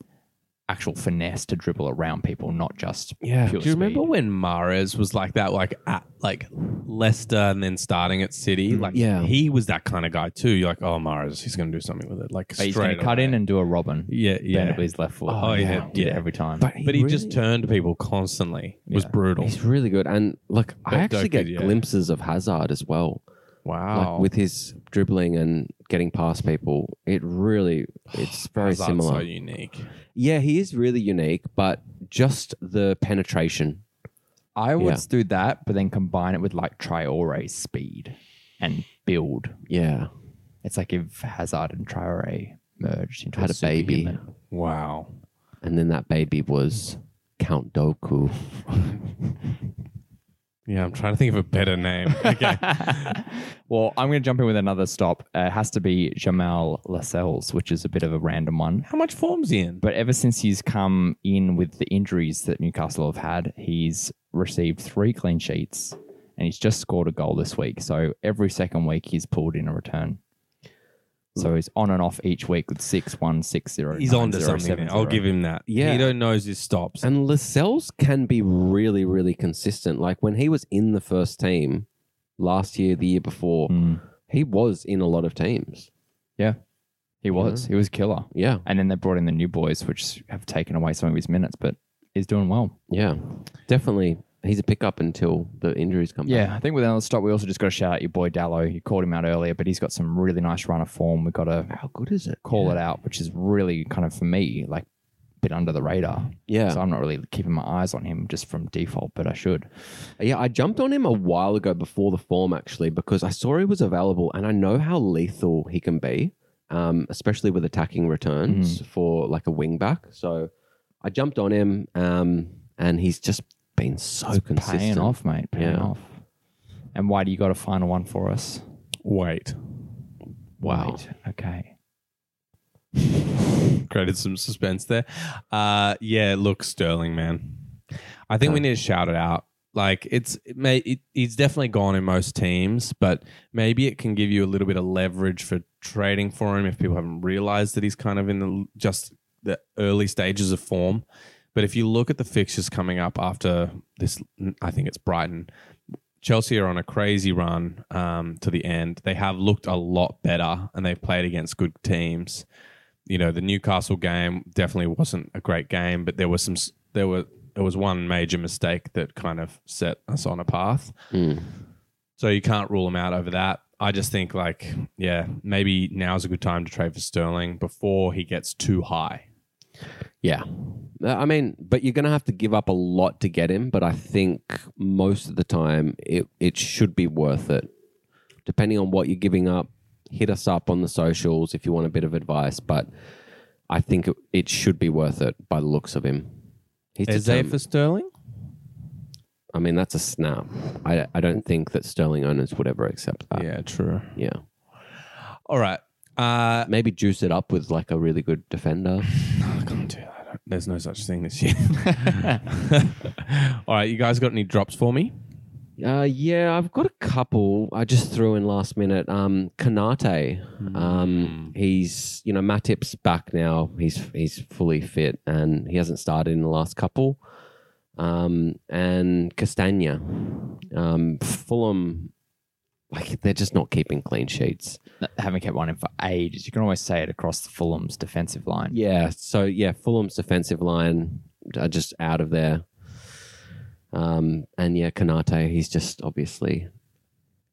[SPEAKER 3] actual finesse to dribble around people, not just
[SPEAKER 1] Yeah.
[SPEAKER 3] pure
[SPEAKER 2] Do you remember
[SPEAKER 3] speed.
[SPEAKER 2] when Mares was like that, like at like Leicester and then starting at
[SPEAKER 3] Mm,
[SPEAKER 2] City? Like,
[SPEAKER 1] Yeah.
[SPEAKER 2] he was that kind of guy too. You're like, oh, Mares, he's going to do something with it. Like,
[SPEAKER 3] But he's
[SPEAKER 2] going
[SPEAKER 3] going to cut in and do a Robin.
[SPEAKER 2] yeah,
[SPEAKER 3] Yeah.
[SPEAKER 2] yeah.
[SPEAKER 3] his left foot.
[SPEAKER 2] Oh, Oh, yeah. yeah.
[SPEAKER 3] Did it
[SPEAKER 2] Yeah.
[SPEAKER 3] every time.
[SPEAKER 2] But he just
[SPEAKER 1] really-
[SPEAKER 2] turned people constantly. It was
[SPEAKER 3] Yeah.
[SPEAKER 2] brutal.
[SPEAKER 1] He's really good. And look, I
[SPEAKER 2] But
[SPEAKER 1] actually
[SPEAKER 2] Doku,
[SPEAKER 1] get
[SPEAKER 2] yeah.
[SPEAKER 1] glimpses of Hazard as well.
[SPEAKER 2] Wow.
[SPEAKER 3] Oh.
[SPEAKER 1] Like with his dribbling and getting past people, it really it's very
[SPEAKER 2] Hazard's
[SPEAKER 1] similar.
[SPEAKER 2] So unique.
[SPEAKER 1] yeah, he is really unique, but just the penetration.
[SPEAKER 3] I would
[SPEAKER 1] Yeah.
[SPEAKER 3] do that, but then combine it with like Traore's speed and build.
[SPEAKER 1] Yeah.
[SPEAKER 3] It's like if Hazard and Traore merged into
[SPEAKER 1] Had
[SPEAKER 3] a
[SPEAKER 1] a baby.
[SPEAKER 3] superhuman.
[SPEAKER 2] Wow.
[SPEAKER 1] And then that baby was Count Doku.
[SPEAKER 2] Yeah, I'm trying to think of a better name. Okay.
[SPEAKER 3] well, I'm going to jump in with another stop. Uh, it has to be Jamal Lascelles, which is a bit of a random one.
[SPEAKER 2] How much form's he in?
[SPEAKER 3] But ever since he's come in with the injuries that Newcastle have had, he's received three clean sheets and he's just scored a goal this week. So every second week he's pulled in a return. So he's on and off each week with six, one, six, zero.
[SPEAKER 2] He's
[SPEAKER 3] nine,
[SPEAKER 2] on to
[SPEAKER 3] zero,
[SPEAKER 2] something.
[SPEAKER 3] seven,
[SPEAKER 2] there. I'll
[SPEAKER 3] zero.
[SPEAKER 2] give him that.
[SPEAKER 1] Yeah.
[SPEAKER 2] He knows his stops.
[SPEAKER 1] And Lascelles can be really, really consistent. Like when he was in the first team last year, the year before,
[SPEAKER 3] Mm.
[SPEAKER 1] he was in a lot of teams.
[SPEAKER 3] He was. He was killer.
[SPEAKER 1] Yeah.
[SPEAKER 3] And then they brought in the new boys, which have taken away some of his minutes, but he's doing well.
[SPEAKER 1] Yeah. Definitely he's a pickup until the injuries come back.
[SPEAKER 3] Yeah, I think with another stop, we also just got to shout out your boy Dallo. You called him out earlier, but he's got some really nice run of form. We've got to
[SPEAKER 1] How good is it?
[SPEAKER 3] call it out, which is really kind of for me like a bit under the radar.
[SPEAKER 1] Yeah.
[SPEAKER 3] So I'm not really keeping my eyes on him just from default, but I should.
[SPEAKER 1] yeah, I jumped on him a while ago before the form actually because I saw he was available and I know how lethal he can be. um, especially with attacking returns
[SPEAKER 3] Mm.
[SPEAKER 1] for like a wing back. So I jumped on him, um, and he's just been so consistent.
[SPEAKER 3] Paying off, mate. Paying
[SPEAKER 1] Yeah.
[SPEAKER 3] off. And why do you got a final one for us?
[SPEAKER 2] Wait.
[SPEAKER 1] Wow.
[SPEAKER 3] Wait, okay.
[SPEAKER 2] Created some suspense there. Uh, yeah, look, Sterling, man. I think we need to shout it out. Like it's it may it, he's definitely gone in most teams, but maybe it can give you a little bit of leverage for trading for him if people haven't realized that he's kind of in the just the early stages of form. But if you look at the fixtures coming up after this, I think it's Brighton. Chelsea are on a crazy run um, to the end. They have looked a lot better and they've played against good teams. You know, the Newcastle game definitely wasn't a great game, but there was some s- there were there was one major mistake that kind of set us on a path.
[SPEAKER 1] Mm.
[SPEAKER 2] So you can't rule them out over that. I just think like, yeah, maybe now's a good time to trade for Sterling before he gets too high.
[SPEAKER 1] Yeah. Uh, I mean, but you're going to have to give up a lot to get him. But I think most of the time it, it should be worth it. Depending on what you're giving up, hit us up on the socials if you want a bit of advice. But I think it, it should be worth it by the looks of him. He's determined.
[SPEAKER 2] um, Sterling?
[SPEAKER 1] I mean, that's a snap. I, I don't think that Sterling owners would ever accept that.
[SPEAKER 2] Yeah, true.
[SPEAKER 1] Yeah.
[SPEAKER 2] Uh, All right. Uh,
[SPEAKER 1] Maybe juice it up with like a really good defender.
[SPEAKER 2] I can't do that. I don't- There's no such thing this year. All right, you guys got any drops for me?
[SPEAKER 1] Uh, yeah, I've got a couple. I just threw in last minute. Um, Kanate. Um, he's you know Matip's back now. He's he's fully fit and he hasn't started in the last couple. Um, and Castagna. Um, Fulham, like they're just not keeping clean sheets.
[SPEAKER 3] Haven't kept one in for ages. You can always say it across the Fulham's defensive line.
[SPEAKER 1] Yeah. So yeah, Fulham's defensive line are just out of there. Um, and yeah, Kanate, he's just obviously.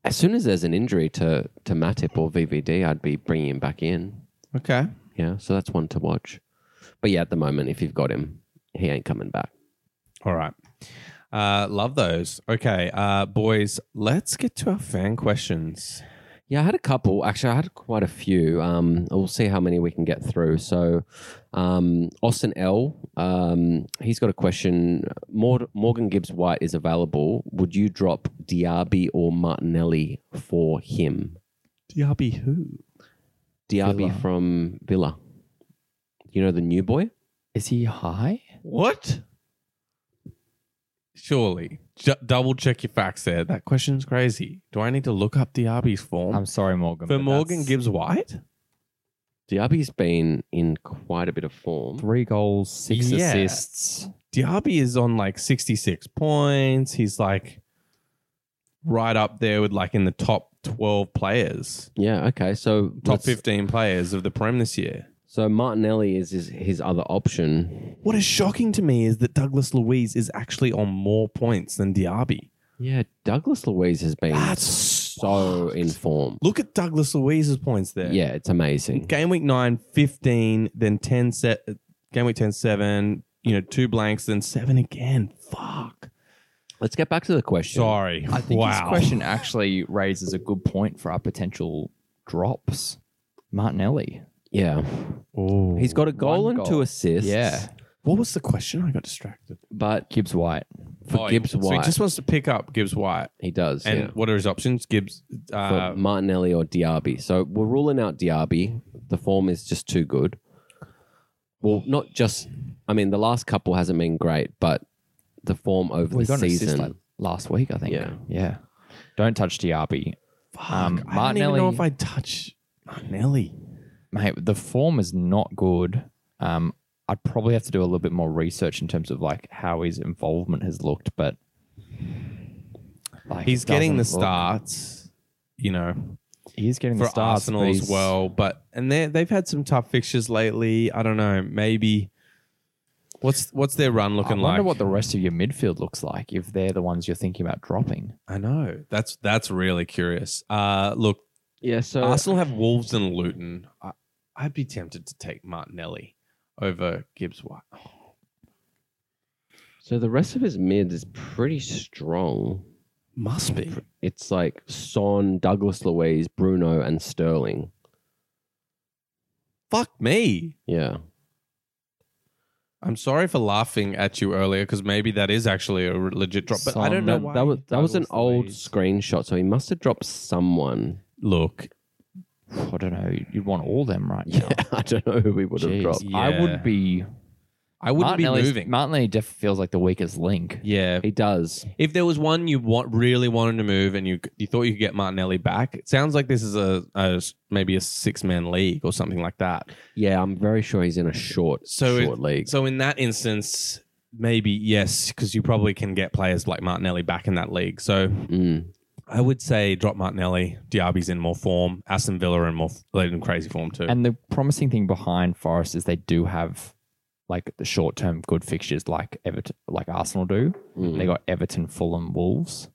[SPEAKER 1] As soon as there's an injury to to Matip or VVD, I'd be bringing him back in.
[SPEAKER 2] Okay.
[SPEAKER 1] Yeah, so that's one to watch. But yeah, at the moment, if you've got him, he ain't coming back.
[SPEAKER 2] All right. Uh, love those. Okay, uh, boys, let's get to our fan questions.
[SPEAKER 1] Yeah, I had a couple. Actually, I had quite a few. Um, we'll see how many we can get through. So, um, Austin L, um, he's got a question. Mor- Morgan Gibbs White is available. Would you drop Diaby or Martinelli for him?
[SPEAKER 2] Diaby who?
[SPEAKER 1] Diaby
[SPEAKER 3] Villa.
[SPEAKER 1] from Villa. You know the new boy?
[SPEAKER 3] Is he high?
[SPEAKER 2] What? Surely. Ju- double check your facts there. That question's crazy. Do I need to look up Diaby's form?
[SPEAKER 3] I'm sorry, Morgan.
[SPEAKER 2] for
[SPEAKER 3] but
[SPEAKER 2] Morgan
[SPEAKER 3] that's
[SPEAKER 2] Gibbs White?
[SPEAKER 1] Diaby's been in quite a bit of form.
[SPEAKER 3] three goals, six
[SPEAKER 2] Yeah.
[SPEAKER 3] assists.
[SPEAKER 2] Diaby is on like 66 points. He's like right up there with like in the top 12 players,
[SPEAKER 1] Yeah, okay. So
[SPEAKER 2] top
[SPEAKER 1] let's-
[SPEAKER 2] 15 players of the Prem this year.
[SPEAKER 1] So Martinelli is his, his other option.
[SPEAKER 2] What is shocking to me is that Douglas Louise is actually on more points than Diaby.
[SPEAKER 1] Yeah, Douglas Louise has been so in form.
[SPEAKER 2] Look at Douglas Louise's points there.
[SPEAKER 1] Yeah, it's amazing.
[SPEAKER 2] Game week 9, 15, then 10 set, game week 10, 7, you know, two blanks, then seven again. Fuck.
[SPEAKER 1] Let's get back to the question.
[SPEAKER 2] Sorry.
[SPEAKER 3] I think
[SPEAKER 2] wow.
[SPEAKER 3] this question actually raises a good point for our potential drops. Martinelli.
[SPEAKER 1] Yeah.
[SPEAKER 2] Oh.
[SPEAKER 1] He's got a goal
[SPEAKER 3] One
[SPEAKER 1] and
[SPEAKER 3] goal.
[SPEAKER 1] two assists.
[SPEAKER 3] Yeah.
[SPEAKER 2] What was the question? I got distracted.
[SPEAKER 1] But
[SPEAKER 3] Gibbs White.
[SPEAKER 1] for Gibbs
[SPEAKER 2] So he
[SPEAKER 1] White,
[SPEAKER 2] just wants to pick up Gibbs White.
[SPEAKER 1] he does.
[SPEAKER 2] And
[SPEAKER 1] yeah.
[SPEAKER 2] what are his options? Gibbs.
[SPEAKER 1] For
[SPEAKER 2] Uh,
[SPEAKER 1] Martinelli or Diaby. So we're ruling out Diaby. The form is just too good. Well, not just. I mean, the last couple hasn't been great, but the form over
[SPEAKER 3] We
[SPEAKER 1] the
[SPEAKER 3] got an assist
[SPEAKER 1] season.
[SPEAKER 3] like last week, I think.
[SPEAKER 1] Yeah.
[SPEAKER 3] Yeah. Don't touch Diaby.
[SPEAKER 2] fuck,
[SPEAKER 3] um,
[SPEAKER 2] I don't even know
[SPEAKER 3] Martinelli-
[SPEAKER 2] if I touch Martinelli.
[SPEAKER 3] Mate, the form is not good. Um, I'd probably have to do a little bit more research in terms of like how his involvement has looked, but like,
[SPEAKER 2] He's
[SPEAKER 3] it
[SPEAKER 2] getting the
[SPEAKER 3] doesn't look-
[SPEAKER 2] starts, you know,
[SPEAKER 3] He's getting
[SPEAKER 2] for
[SPEAKER 3] the starts but
[SPEAKER 2] Arsenal as
[SPEAKER 3] he's-
[SPEAKER 2] well. But and they they've had some tough fixtures lately. I don't know. Maybe what's what's their run
[SPEAKER 3] I
[SPEAKER 2] looking
[SPEAKER 3] wonder
[SPEAKER 2] like?
[SPEAKER 3] what the rest of your midfield looks like if they're the ones you're thinking about dropping.
[SPEAKER 2] I know. That's that's really curious. Uh, look,
[SPEAKER 1] yeah. So
[SPEAKER 2] Arsenal have Wolves and Luton. I, I'd be tempted to take Martinelli over Gibbs White.
[SPEAKER 1] so the rest of his mid is pretty strong.
[SPEAKER 2] Must be.
[SPEAKER 1] It's like Son, Douglas Louise, Bruno, and Sterling.
[SPEAKER 2] Fuck me.
[SPEAKER 1] Yeah.
[SPEAKER 2] I'm sorry for laughing at you earlier because maybe that is actually a re- legit drop, but I don't know
[SPEAKER 1] That-
[SPEAKER 2] why.
[SPEAKER 1] That was
[SPEAKER 2] he
[SPEAKER 1] that was an
[SPEAKER 2] titles
[SPEAKER 1] old
[SPEAKER 2] these.
[SPEAKER 1] screenshot, so he must have dropped someone.
[SPEAKER 2] look.
[SPEAKER 3] I don't know. You'd want all them right
[SPEAKER 1] Yeah,
[SPEAKER 3] now.
[SPEAKER 1] I don't know who we would have
[SPEAKER 3] Jeez.
[SPEAKER 1] dropped.
[SPEAKER 3] I
[SPEAKER 2] Yeah.
[SPEAKER 3] would be.
[SPEAKER 2] I wouldn't
[SPEAKER 3] Martinelli's-
[SPEAKER 2] be moving.
[SPEAKER 3] Martinelli definitely feels like the weakest link.
[SPEAKER 2] yeah,
[SPEAKER 1] He does.
[SPEAKER 2] if there was one you want really wanted to move and you you thought you could get Martinelli back, it sounds like this is a, a maybe a six man league or something like that.
[SPEAKER 1] Yeah, I'm very sure he's in a short
[SPEAKER 2] So
[SPEAKER 1] short league.
[SPEAKER 2] So in that instance, maybe yes, because you probably can get players like Martinelli back in that league. So
[SPEAKER 1] Mm.
[SPEAKER 2] I would say drop Martinelli. Diaby's in more form. Aston Villa in more f- they're in crazy form too.
[SPEAKER 3] And the promising thing behind Forest is they do have like the short term good fixtures like Everton, like Arsenal do.
[SPEAKER 1] Mm.
[SPEAKER 3] They got Everton, Fulham, Wolves.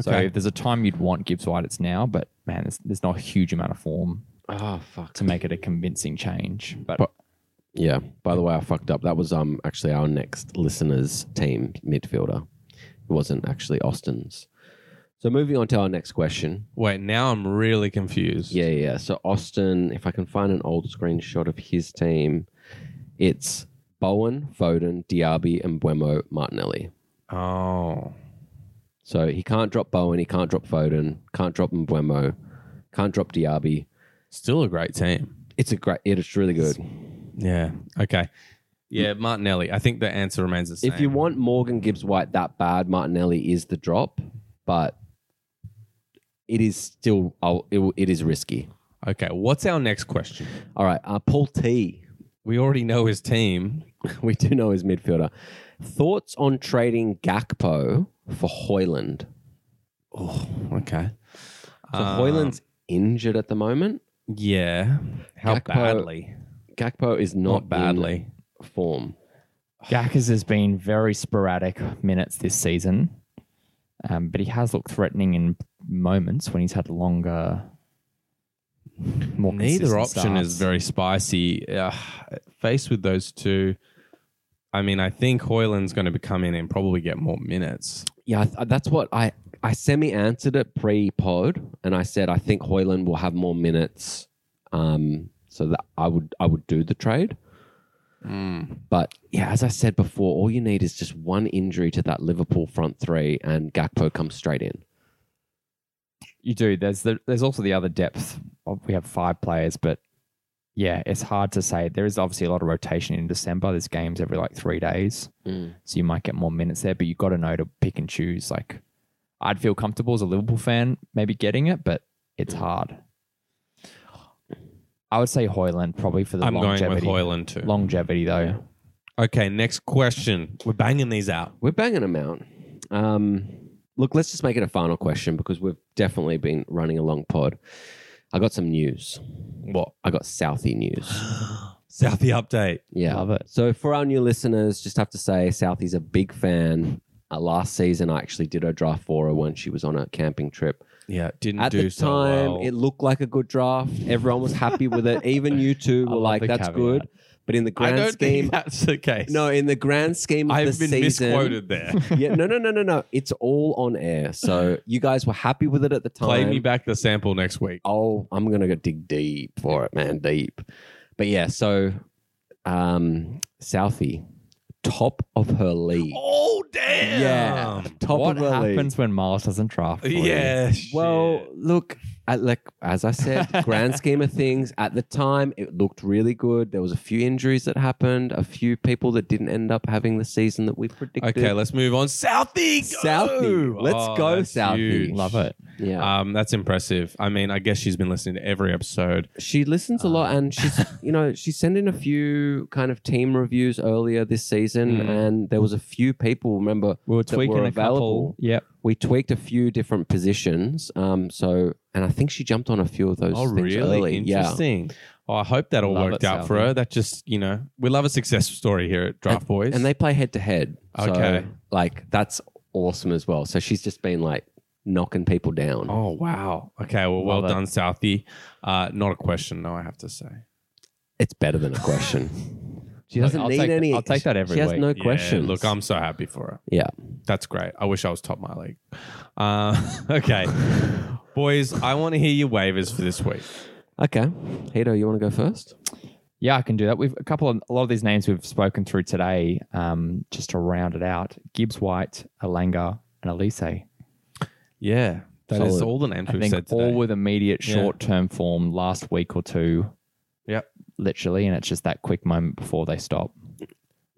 [SPEAKER 3] So
[SPEAKER 2] Okay.
[SPEAKER 3] if there's a time you'd want Gibbs White, it's now. But man, there's, there's not a huge amount of form
[SPEAKER 1] Oh fuck.
[SPEAKER 3] to make it a convincing change. But
[SPEAKER 2] But-
[SPEAKER 1] Yeah. By the way, I fucked up. That was um actually our next listener's team midfielder. It wasn't actually Austin's. So moving on to our next question.
[SPEAKER 2] Wait, now I'm really confused.
[SPEAKER 1] Yeah, yeah. So Austin, if I can find an old screenshot of his team, it's Bowen, Foden, Diaby, and Buemo Martinelli.
[SPEAKER 2] Oh.
[SPEAKER 1] So he can't drop Bowen, he can't drop Foden, can't drop Mbuemo, can't drop Diaby.
[SPEAKER 2] Still a great team.
[SPEAKER 1] It's a great. It's really good.
[SPEAKER 2] Yeah. Okay. Yeah, Martinelli. I think the answer remains the same.
[SPEAKER 1] If you want Morgan Gibbs White that bad, Martinelli is the drop, but it is still I'll, it, will- it is risky.
[SPEAKER 2] Okay, what's our next question?
[SPEAKER 1] All right, uh, Paul T.
[SPEAKER 2] We already know his team.
[SPEAKER 1] We do know his midfielder. Thoughts on trading Gakpo for Hoyland?
[SPEAKER 2] Oh, okay.
[SPEAKER 1] So
[SPEAKER 2] Uh.
[SPEAKER 1] Hoyland's injured at the moment.
[SPEAKER 2] yeah. How
[SPEAKER 1] Gakpo-
[SPEAKER 2] badly?
[SPEAKER 1] Gakpo is
[SPEAKER 2] Not,
[SPEAKER 1] not,
[SPEAKER 2] badly.
[SPEAKER 1] in form.
[SPEAKER 3] Gackers has been very sporadic minutes this season, um, but he has looked threatening in moments when he's had longer. More
[SPEAKER 2] Neither
[SPEAKER 3] consistent
[SPEAKER 2] option
[SPEAKER 3] starts.
[SPEAKER 2] is very spicy. Uh, faced with those two, I mean, I think Hoyland's going to come in and probably get more minutes.
[SPEAKER 1] Yeah, I th- uh, that's what I I semi answered it pre pod, and I said I think Hoyland will have more minutes, um, so that I would I would do the trade. But yeah, as I said before, all you need is just one injury to that Liverpool front three, and Gakpo comes straight in.
[SPEAKER 3] You do. There's the, there's also the other depth. of- We have five players, but yeah, it's hard to say. There is obviously a lot of rotation in December. There's games every like three days, so you might get more minutes there. But you've got to know to pick and choose. Like, I'd feel comfortable as a Liverpool fan maybe getting it, but it's
[SPEAKER 2] Mm.
[SPEAKER 3] hard. I would say Hoyland probably for the
[SPEAKER 2] I'm going with
[SPEAKER 3] longevity.
[SPEAKER 2] Hoyland too.
[SPEAKER 3] Longevity though.
[SPEAKER 2] Okay, next question. We're banging these out.
[SPEAKER 1] We're banging them out. Um, look, let's just make it a final question because we've definitely been running a long pod. I got some news.
[SPEAKER 2] What?
[SPEAKER 1] I got Southie news.
[SPEAKER 2] Southie update.
[SPEAKER 1] Yeah.
[SPEAKER 3] Love it.
[SPEAKER 1] So for our new listeners, just have to say Southie's a big fan. Uh, last season, I actually did her draft for her when she was on a camping trip.
[SPEAKER 2] Yeah, didn't
[SPEAKER 1] At
[SPEAKER 2] do
[SPEAKER 1] the
[SPEAKER 2] so
[SPEAKER 1] time,
[SPEAKER 2] well.
[SPEAKER 1] it looked like a good draft. Everyone was happy with it. Even you two
[SPEAKER 3] I
[SPEAKER 1] were
[SPEAKER 3] love
[SPEAKER 1] like,
[SPEAKER 3] the
[SPEAKER 1] "That's
[SPEAKER 3] caveat.
[SPEAKER 1] good." But in the grand
[SPEAKER 2] I don't
[SPEAKER 1] scheme,
[SPEAKER 2] think that's the case.
[SPEAKER 1] no, in the grand scheme of
[SPEAKER 2] I've
[SPEAKER 1] the
[SPEAKER 2] been
[SPEAKER 1] season,
[SPEAKER 2] misquoted there.
[SPEAKER 1] yeah, no, no, no, no, no. It's all on air. So you guys were happy with it at the time.
[SPEAKER 2] Play me back the sample next week.
[SPEAKER 1] oh, I'm gonna go dig deep for it, man, deep. But yeah, so um Southie, top of her league.
[SPEAKER 2] Oh damn!
[SPEAKER 1] Yeah, top
[SPEAKER 3] What
[SPEAKER 1] of her league.
[SPEAKER 3] happens when Miles doesn't draft? for you?
[SPEAKER 2] yeah.
[SPEAKER 1] Well, look, at like as I said, grand scheme of things, at the time it looked really good. There was a few injuries that happened, a few people that didn't end up having the season that we predicted.
[SPEAKER 2] okay, let's move on. Southie, go! Oh,
[SPEAKER 1] Southie. Let's go,
[SPEAKER 2] that's
[SPEAKER 1] Southie.
[SPEAKER 2] huge.
[SPEAKER 3] love it.
[SPEAKER 1] yeah.
[SPEAKER 2] Um, that's impressive. I mean, I guess she's been listening to every episode.
[SPEAKER 1] She listens a lot, and she's you know she sent in a few kind of team reviews earlier this season,
[SPEAKER 2] Mm.
[SPEAKER 1] and there was a few people. Remember,
[SPEAKER 3] We were
[SPEAKER 1] that were
[SPEAKER 3] tweaking a
[SPEAKER 1] available.
[SPEAKER 3] couple. Yep.
[SPEAKER 1] we tweaked a few different positions. Um, so and I think she jumped on a few of those. things Early. Yeah.
[SPEAKER 2] Oh, Interesting. Oh, I hope that all
[SPEAKER 3] Love
[SPEAKER 2] worked
[SPEAKER 3] it,
[SPEAKER 2] out for
[SPEAKER 3] Southie.
[SPEAKER 2] her. That just, you know, we love a success story here at Draft Boys.
[SPEAKER 1] And they play head to head.
[SPEAKER 2] Okay.
[SPEAKER 1] Like that's awesome as well. So she's just been like knocking people down.
[SPEAKER 2] oh wow. Okay, well, well
[SPEAKER 3] Love it.
[SPEAKER 2] done, Southie. Uh, not a question, no, I have to say.
[SPEAKER 1] It's better than a question. She doesn't
[SPEAKER 3] I'll
[SPEAKER 1] need
[SPEAKER 3] take-
[SPEAKER 1] any.
[SPEAKER 3] I'll take that every
[SPEAKER 1] She has
[SPEAKER 3] week.
[SPEAKER 1] no
[SPEAKER 2] Yeah,
[SPEAKER 1] questions.
[SPEAKER 2] Look, I'm so happy for her.
[SPEAKER 1] yeah.
[SPEAKER 2] That's great. I wish I was top my league. Uh, okay. Boys, I want to hear your waivers for this week.
[SPEAKER 1] Okay. Hito, you want to go first?
[SPEAKER 3] Yeah, I can do that. We've a couple of a lot of these names we've spoken through today. Um, just to round it out, Gibbs White, Alanga, and Elise. I
[SPEAKER 2] Yeah. that is
[SPEAKER 1] Solid.
[SPEAKER 2] all the names we've
[SPEAKER 3] think
[SPEAKER 2] said today.
[SPEAKER 3] all with immediate
[SPEAKER 2] Yeah.
[SPEAKER 3] short term form last week or two.
[SPEAKER 2] Yep.
[SPEAKER 3] Literally, and it's just that quick moment before they stop.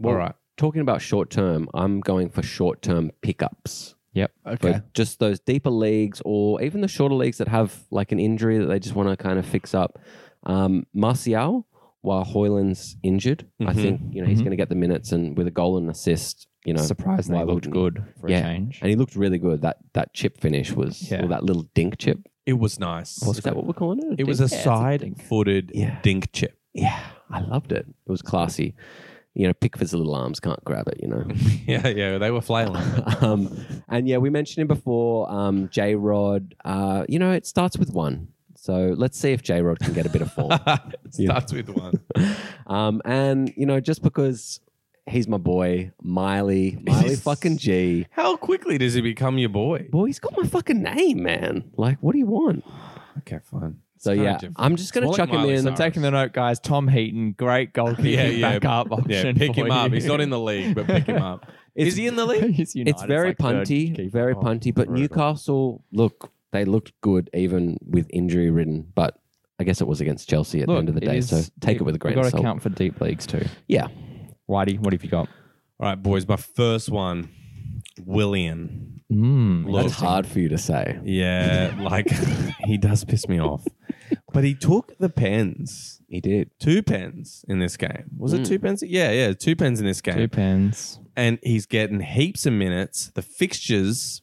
[SPEAKER 2] all right.
[SPEAKER 1] Talking about short term, I'm going for short term pickups.
[SPEAKER 3] Yep.
[SPEAKER 1] For just those deeper leagues or even the shorter leagues that have like an injury that they just want to kind of fix up. Um, Martial, while Hoyland's injured, I
[SPEAKER 2] Mhm.
[SPEAKER 1] think, you know, he's
[SPEAKER 3] Mhm.
[SPEAKER 1] going to get the minutes and with a goal and assist, you know.
[SPEAKER 3] Surprisingly,
[SPEAKER 1] why
[SPEAKER 3] looked
[SPEAKER 1] wouldn't-
[SPEAKER 3] good for
[SPEAKER 1] Yeah.
[SPEAKER 3] a change.
[SPEAKER 1] And he looked really good. That that chip finish was,
[SPEAKER 3] Yeah.
[SPEAKER 1] or that little dink chip.
[SPEAKER 2] It was nice.
[SPEAKER 1] Is that what we're calling it?
[SPEAKER 2] it was
[SPEAKER 1] Dink?
[SPEAKER 2] a
[SPEAKER 1] Yeah, it's
[SPEAKER 2] side
[SPEAKER 1] dink.
[SPEAKER 2] footed
[SPEAKER 1] Yeah.
[SPEAKER 2] dink chip.
[SPEAKER 1] Yeah, I loved it. It was classy. You know, Pickford's little arms can't grab it, you know.
[SPEAKER 2] yeah, yeah. They were flailing.
[SPEAKER 1] um, and yeah, we mentioned him before, um, J Rod. Uh, you know, it starts with one. So let's see if J Rod can get a bit of form.
[SPEAKER 2] Starts with one.
[SPEAKER 1] um, and, you know, just because he's my boy, Miley, Miley fucking G.
[SPEAKER 2] How quickly does he become your boy?
[SPEAKER 1] Boy, he's got my fucking name, man. Like, what do you want?
[SPEAKER 2] Okay, fine.
[SPEAKER 1] So
[SPEAKER 2] kinda
[SPEAKER 1] yeah,
[SPEAKER 2] different.
[SPEAKER 1] I'm just gonna
[SPEAKER 2] It's more
[SPEAKER 1] chuck
[SPEAKER 2] like
[SPEAKER 1] him
[SPEAKER 2] Miley
[SPEAKER 1] in.
[SPEAKER 2] Cyrus.
[SPEAKER 3] Taking the note, guys. Tom Heaton, great goalkeeper,
[SPEAKER 2] Yeah, yeah.
[SPEAKER 3] backup
[SPEAKER 2] Yeah,
[SPEAKER 3] option.
[SPEAKER 2] pick
[SPEAKER 3] for
[SPEAKER 2] him up.
[SPEAKER 3] you.
[SPEAKER 2] He's not in the league, but pick him up.
[SPEAKER 1] It's-
[SPEAKER 2] Is he in the league?
[SPEAKER 3] He's
[SPEAKER 1] it's
[SPEAKER 3] United's,
[SPEAKER 1] very
[SPEAKER 3] like, uh, third
[SPEAKER 1] punty,
[SPEAKER 3] keeper.
[SPEAKER 1] very
[SPEAKER 2] Oh,
[SPEAKER 1] punty. But
[SPEAKER 2] brutal.
[SPEAKER 1] Newcastle, look, they looked good even with injury ridden. But I guess it was against Chelsea at the
[SPEAKER 3] Look,
[SPEAKER 1] end of the day.
[SPEAKER 3] is-
[SPEAKER 1] so take it with a grain
[SPEAKER 3] We've
[SPEAKER 1] of
[SPEAKER 3] got
[SPEAKER 1] salt.
[SPEAKER 3] to count for deep leagues too.
[SPEAKER 1] Yeah,
[SPEAKER 3] Whitey, what have you got?
[SPEAKER 2] All right, boys. My first one, Willian.
[SPEAKER 3] Mm,
[SPEAKER 2] Look.
[SPEAKER 1] that's hard for you to say.
[SPEAKER 2] Yeah, like he does piss me off, but he took the pens.
[SPEAKER 1] He did.
[SPEAKER 2] Two pens in this game. Was it
[SPEAKER 1] Mm.
[SPEAKER 2] two pens? Yeah, yeah, two pens in this game.
[SPEAKER 3] Hmm. two pens.
[SPEAKER 2] and he's getting heaps of minutes. The fixtures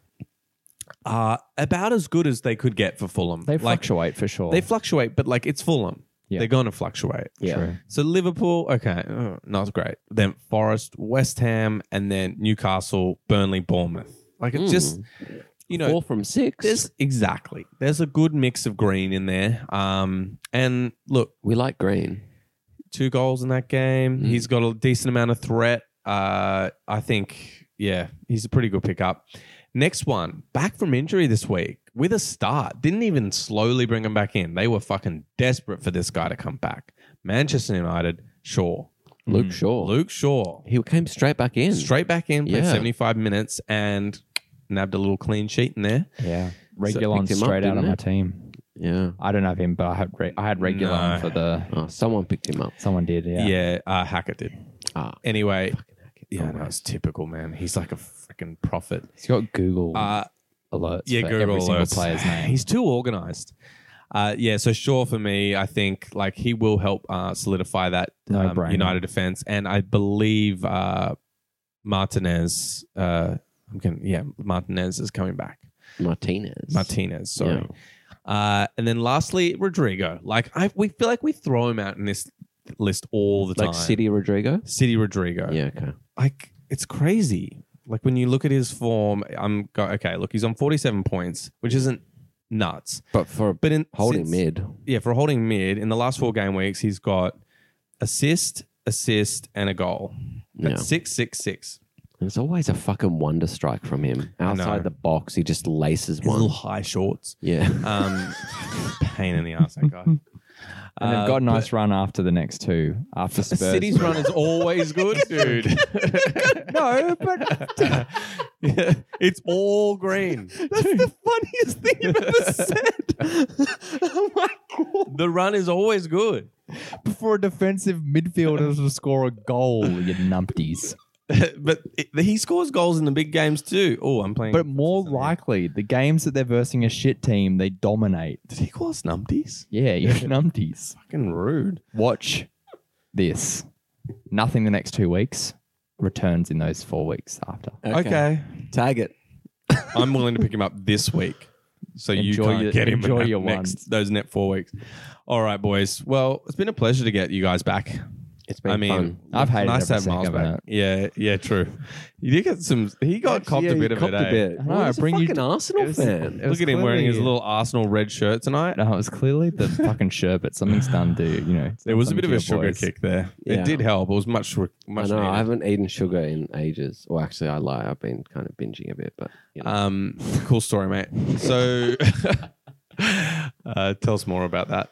[SPEAKER 2] are about as good as they could get for Fulham.
[SPEAKER 3] They
[SPEAKER 2] like,
[SPEAKER 3] fluctuate for sure.
[SPEAKER 2] They fluctuate, but like it's Fulham.
[SPEAKER 3] Yeah.
[SPEAKER 2] They're going to fluctuate.
[SPEAKER 1] Yeah.
[SPEAKER 3] True.
[SPEAKER 2] So Liverpool, okay, uh, not great. Then Forest, West Ham, and then Newcastle, Burnley, Bournemouth. Like it's
[SPEAKER 1] Mm.
[SPEAKER 2] just,
[SPEAKER 3] Hmm.
[SPEAKER 2] you know,
[SPEAKER 1] Four from six.
[SPEAKER 2] there's exactly there's a good mix of green in there. Um, and look,
[SPEAKER 1] we like green.
[SPEAKER 2] two goals in that game.
[SPEAKER 1] Mm.
[SPEAKER 2] He's got a decent amount of threat. Uh, I think, yeah, he's a pretty good pickup. Next one, back from injury this week with a start. Didn't even slowly bring him back in. They were fucking desperate for this guy to come back. Manchester United, Shaw.
[SPEAKER 1] Luke Shaw.
[SPEAKER 2] Hmm. Luke Shaw.
[SPEAKER 1] He came straight back in.
[SPEAKER 2] Straight back in, played
[SPEAKER 1] Yeah.
[SPEAKER 2] 75 minutes and nabbed a little clean sheet in there.
[SPEAKER 3] Yeah, Regulon
[SPEAKER 1] picked him up,
[SPEAKER 3] straight out
[SPEAKER 1] didn't
[SPEAKER 3] of my
[SPEAKER 1] it?
[SPEAKER 3] team.
[SPEAKER 1] Yeah.
[SPEAKER 3] I don't have him, but I had re- I had Regulon
[SPEAKER 2] No.
[SPEAKER 3] for the.
[SPEAKER 1] Oh, someone picked him up.
[SPEAKER 3] Someone did. Yeah.
[SPEAKER 2] Yeah, uh, Hackett did.
[SPEAKER 1] Ah.
[SPEAKER 2] Anyway, yeah,
[SPEAKER 1] Always.
[SPEAKER 2] no, it's typical, man. He's like a freaking prophet.
[SPEAKER 3] He's got Google
[SPEAKER 2] Uh,
[SPEAKER 3] alerts.
[SPEAKER 2] Yeah,
[SPEAKER 3] for
[SPEAKER 2] Google
[SPEAKER 3] every single
[SPEAKER 2] alerts.
[SPEAKER 3] player's name.
[SPEAKER 2] He's too organized. Uh, yeah, so sure for me, I think like he will help uh, solidify that um,
[SPEAKER 3] No brainer.
[SPEAKER 2] United defense, and I believe uh, Martinez. Uh, I'm going yeah, Martinez is coming back.
[SPEAKER 1] Martinez.
[SPEAKER 2] Martinez, sorry. Uh, and then lastly, Rodrigo. Like I, we feel like we throw him out in this list all the
[SPEAKER 1] Like
[SPEAKER 2] time.
[SPEAKER 1] City Rodrigo.
[SPEAKER 2] City Rodrigo.
[SPEAKER 1] Yeah. Okay.
[SPEAKER 2] Like it's crazy. Like when you look at his form, I'm go, okay. Look, he's on 47 points, which isn't nuts.
[SPEAKER 1] But for a
[SPEAKER 2] But in
[SPEAKER 1] holding
[SPEAKER 2] since-
[SPEAKER 1] mid.
[SPEAKER 2] yeah, for holding mid in the last four game weeks, he's got assist, assist, and a goal. That's
[SPEAKER 1] Yeah.
[SPEAKER 2] six, six, six.
[SPEAKER 1] There's always a fucking wonder strike from him.
[SPEAKER 2] I know.
[SPEAKER 1] Outside the box, he just laces
[SPEAKER 2] His little
[SPEAKER 1] one.
[SPEAKER 2] high shorts.
[SPEAKER 1] Yeah.
[SPEAKER 2] Um, pain in the ass, that guy.
[SPEAKER 3] and
[SPEAKER 2] Uh,
[SPEAKER 3] they've got a nice
[SPEAKER 2] but
[SPEAKER 3] run after the next two. After Spurs,
[SPEAKER 2] City's run is always good, dude.
[SPEAKER 3] no, but
[SPEAKER 2] Yeah, it's all green.
[SPEAKER 1] That's the funniest thing you've ever said. oh my god.
[SPEAKER 2] The run is always good.
[SPEAKER 3] for a defensive midfielder to score a goal, you numpties.
[SPEAKER 2] but it- he scores goals in the big games too. Oh, I'm playing.
[SPEAKER 3] But more likely, the games that they're versing a shit team, they dominate.
[SPEAKER 2] did he call us numpties?
[SPEAKER 3] Yeah, you numpties.
[SPEAKER 2] Fucking rude.
[SPEAKER 3] Watch this. Nothing the next two weeks. Returns in those four weeks after.
[SPEAKER 2] okay.
[SPEAKER 1] Tag it.
[SPEAKER 2] I'm willing to pick him up this week. So you
[SPEAKER 3] Enjoy
[SPEAKER 2] can't
[SPEAKER 3] your-
[SPEAKER 2] get him
[SPEAKER 3] enjoy
[SPEAKER 2] in that
[SPEAKER 3] your
[SPEAKER 2] next
[SPEAKER 3] ones.
[SPEAKER 2] those net four weeks. All right, boys. Well, it's been a pleasure to get you guys back.
[SPEAKER 1] It's been
[SPEAKER 2] I mean,
[SPEAKER 1] fun.
[SPEAKER 3] I've hated
[SPEAKER 2] nice to
[SPEAKER 3] every
[SPEAKER 2] have Miles
[SPEAKER 3] second of
[SPEAKER 2] back. Yeah, yeah, true. You did get some. He got copped
[SPEAKER 1] Yeah,
[SPEAKER 2] a
[SPEAKER 1] you
[SPEAKER 2] bit of
[SPEAKER 1] copped
[SPEAKER 2] it. eh?
[SPEAKER 1] bit.
[SPEAKER 3] I know,
[SPEAKER 1] Well, he's
[SPEAKER 3] bring
[SPEAKER 1] a
[SPEAKER 3] you
[SPEAKER 1] fucking
[SPEAKER 3] to-
[SPEAKER 1] Arsenal
[SPEAKER 3] it was-
[SPEAKER 1] fan.
[SPEAKER 3] it was
[SPEAKER 2] Look at him wearing his
[SPEAKER 3] clearly-
[SPEAKER 2] little Arsenal red shirt tonight.
[SPEAKER 3] No, it was clearly the fucking sherbet. Something's done to, you know.
[SPEAKER 2] There was a
[SPEAKER 3] something
[SPEAKER 2] bit
[SPEAKER 3] to
[SPEAKER 2] of a
[SPEAKER 3] your
[SPEAKER 2] sugar
[SPEAKER 3] boys.
[SPEAKER 2] kick there.
[SPEAKER 1] Yeah.
[SPEAKER 2] It did help. It was much
[SPEAKER 1] I
[SPEAKER 2] much.
[SPEAKER 1] know. I
[SPEAKER 2] needed.
[SPEAKER 1] haven't eaten sugar in ages. Well, actually, I lie. I've been kind of binging a bit, but you know.
[SPEAKER 2] Um, cool story, mate. So, uh, tell us more about that.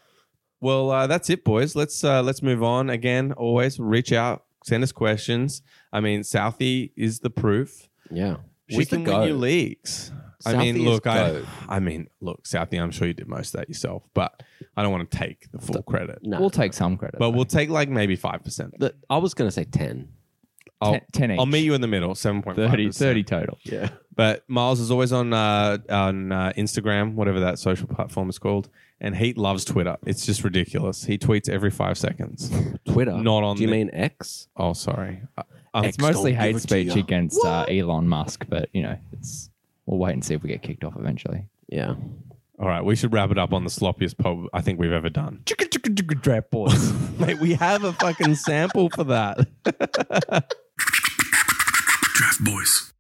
[SPEAKER 2] Well, uh, that's it, boys. Let's uh, let's move on. Again, always reach out, send us questions. I mean, Southie is the proof.
[SPEAKER 1] Yeah.
[SPEAKER 2] we
[SPEAKER 1] She's the
[SPEAKER 2] can
[SPEAKER 1] goat.
[SPEAKER 2] win you leagues. I
[SPEAKER 1] Southie
[SPEAKER 2] mean,
[SPEAKER 1] is
[SPEAKER 2] look, I,
[SPEAKER 1] goat.
[SPEAKER 2] I mean, look, Southie. I'm sure you did most of that yourself, but I don't want to take the full credit.
[SPEAKER 1] No.
[SPEAKER 3] We'll take some credit.
[SPEAKER 2] But we'll take like maybe five percent.
[SPEAKER 1] The- I was going to say 10.
[SPEAKER 3] I'll, 10 each.
[SPEAKER 2] I'll meet you in the middle, seven point five.
[SPEAKER 3] 30, 30 total.
[SPEAKER 1] Yeah.
[SPEAKER 2] But Miles is always on uh, on uh, Instagram, whatever that social platform is called, and he loves Twitter. It's just ridiculous. He tweets every five seconds.
[SPEAKER 1] Twitter.
[SPEAKER 2] Not on
[SPEAKER 1] Do you
[SPEAKER 2] the-
[SPEAKER 1] mean X?
[SPEAKER 2] Oh, sorry. I- I'm-
[SPEAKER 3] It's mostly
[SPEAKER 1] don't give
[SPEAKER 3] hate
[SPEAKER 1] it to
[SPEAKER 3] speech
[SPEAKER 1] ya.
[SPEAKER 3] against uh, Elon Musk, but you know, it's we'll wait and see if we get kicked off eventually.
[SPEAKER 1] Yeah.
[SPEAKER 2] all right, we should wrap it up on the sloppiest pub I think we've ever done.
[SPEAKER 3] Drap boys.
[SPEAKER 2] Mate, we have a fucking sample for that.
[SPEAKER 4] Draft boys.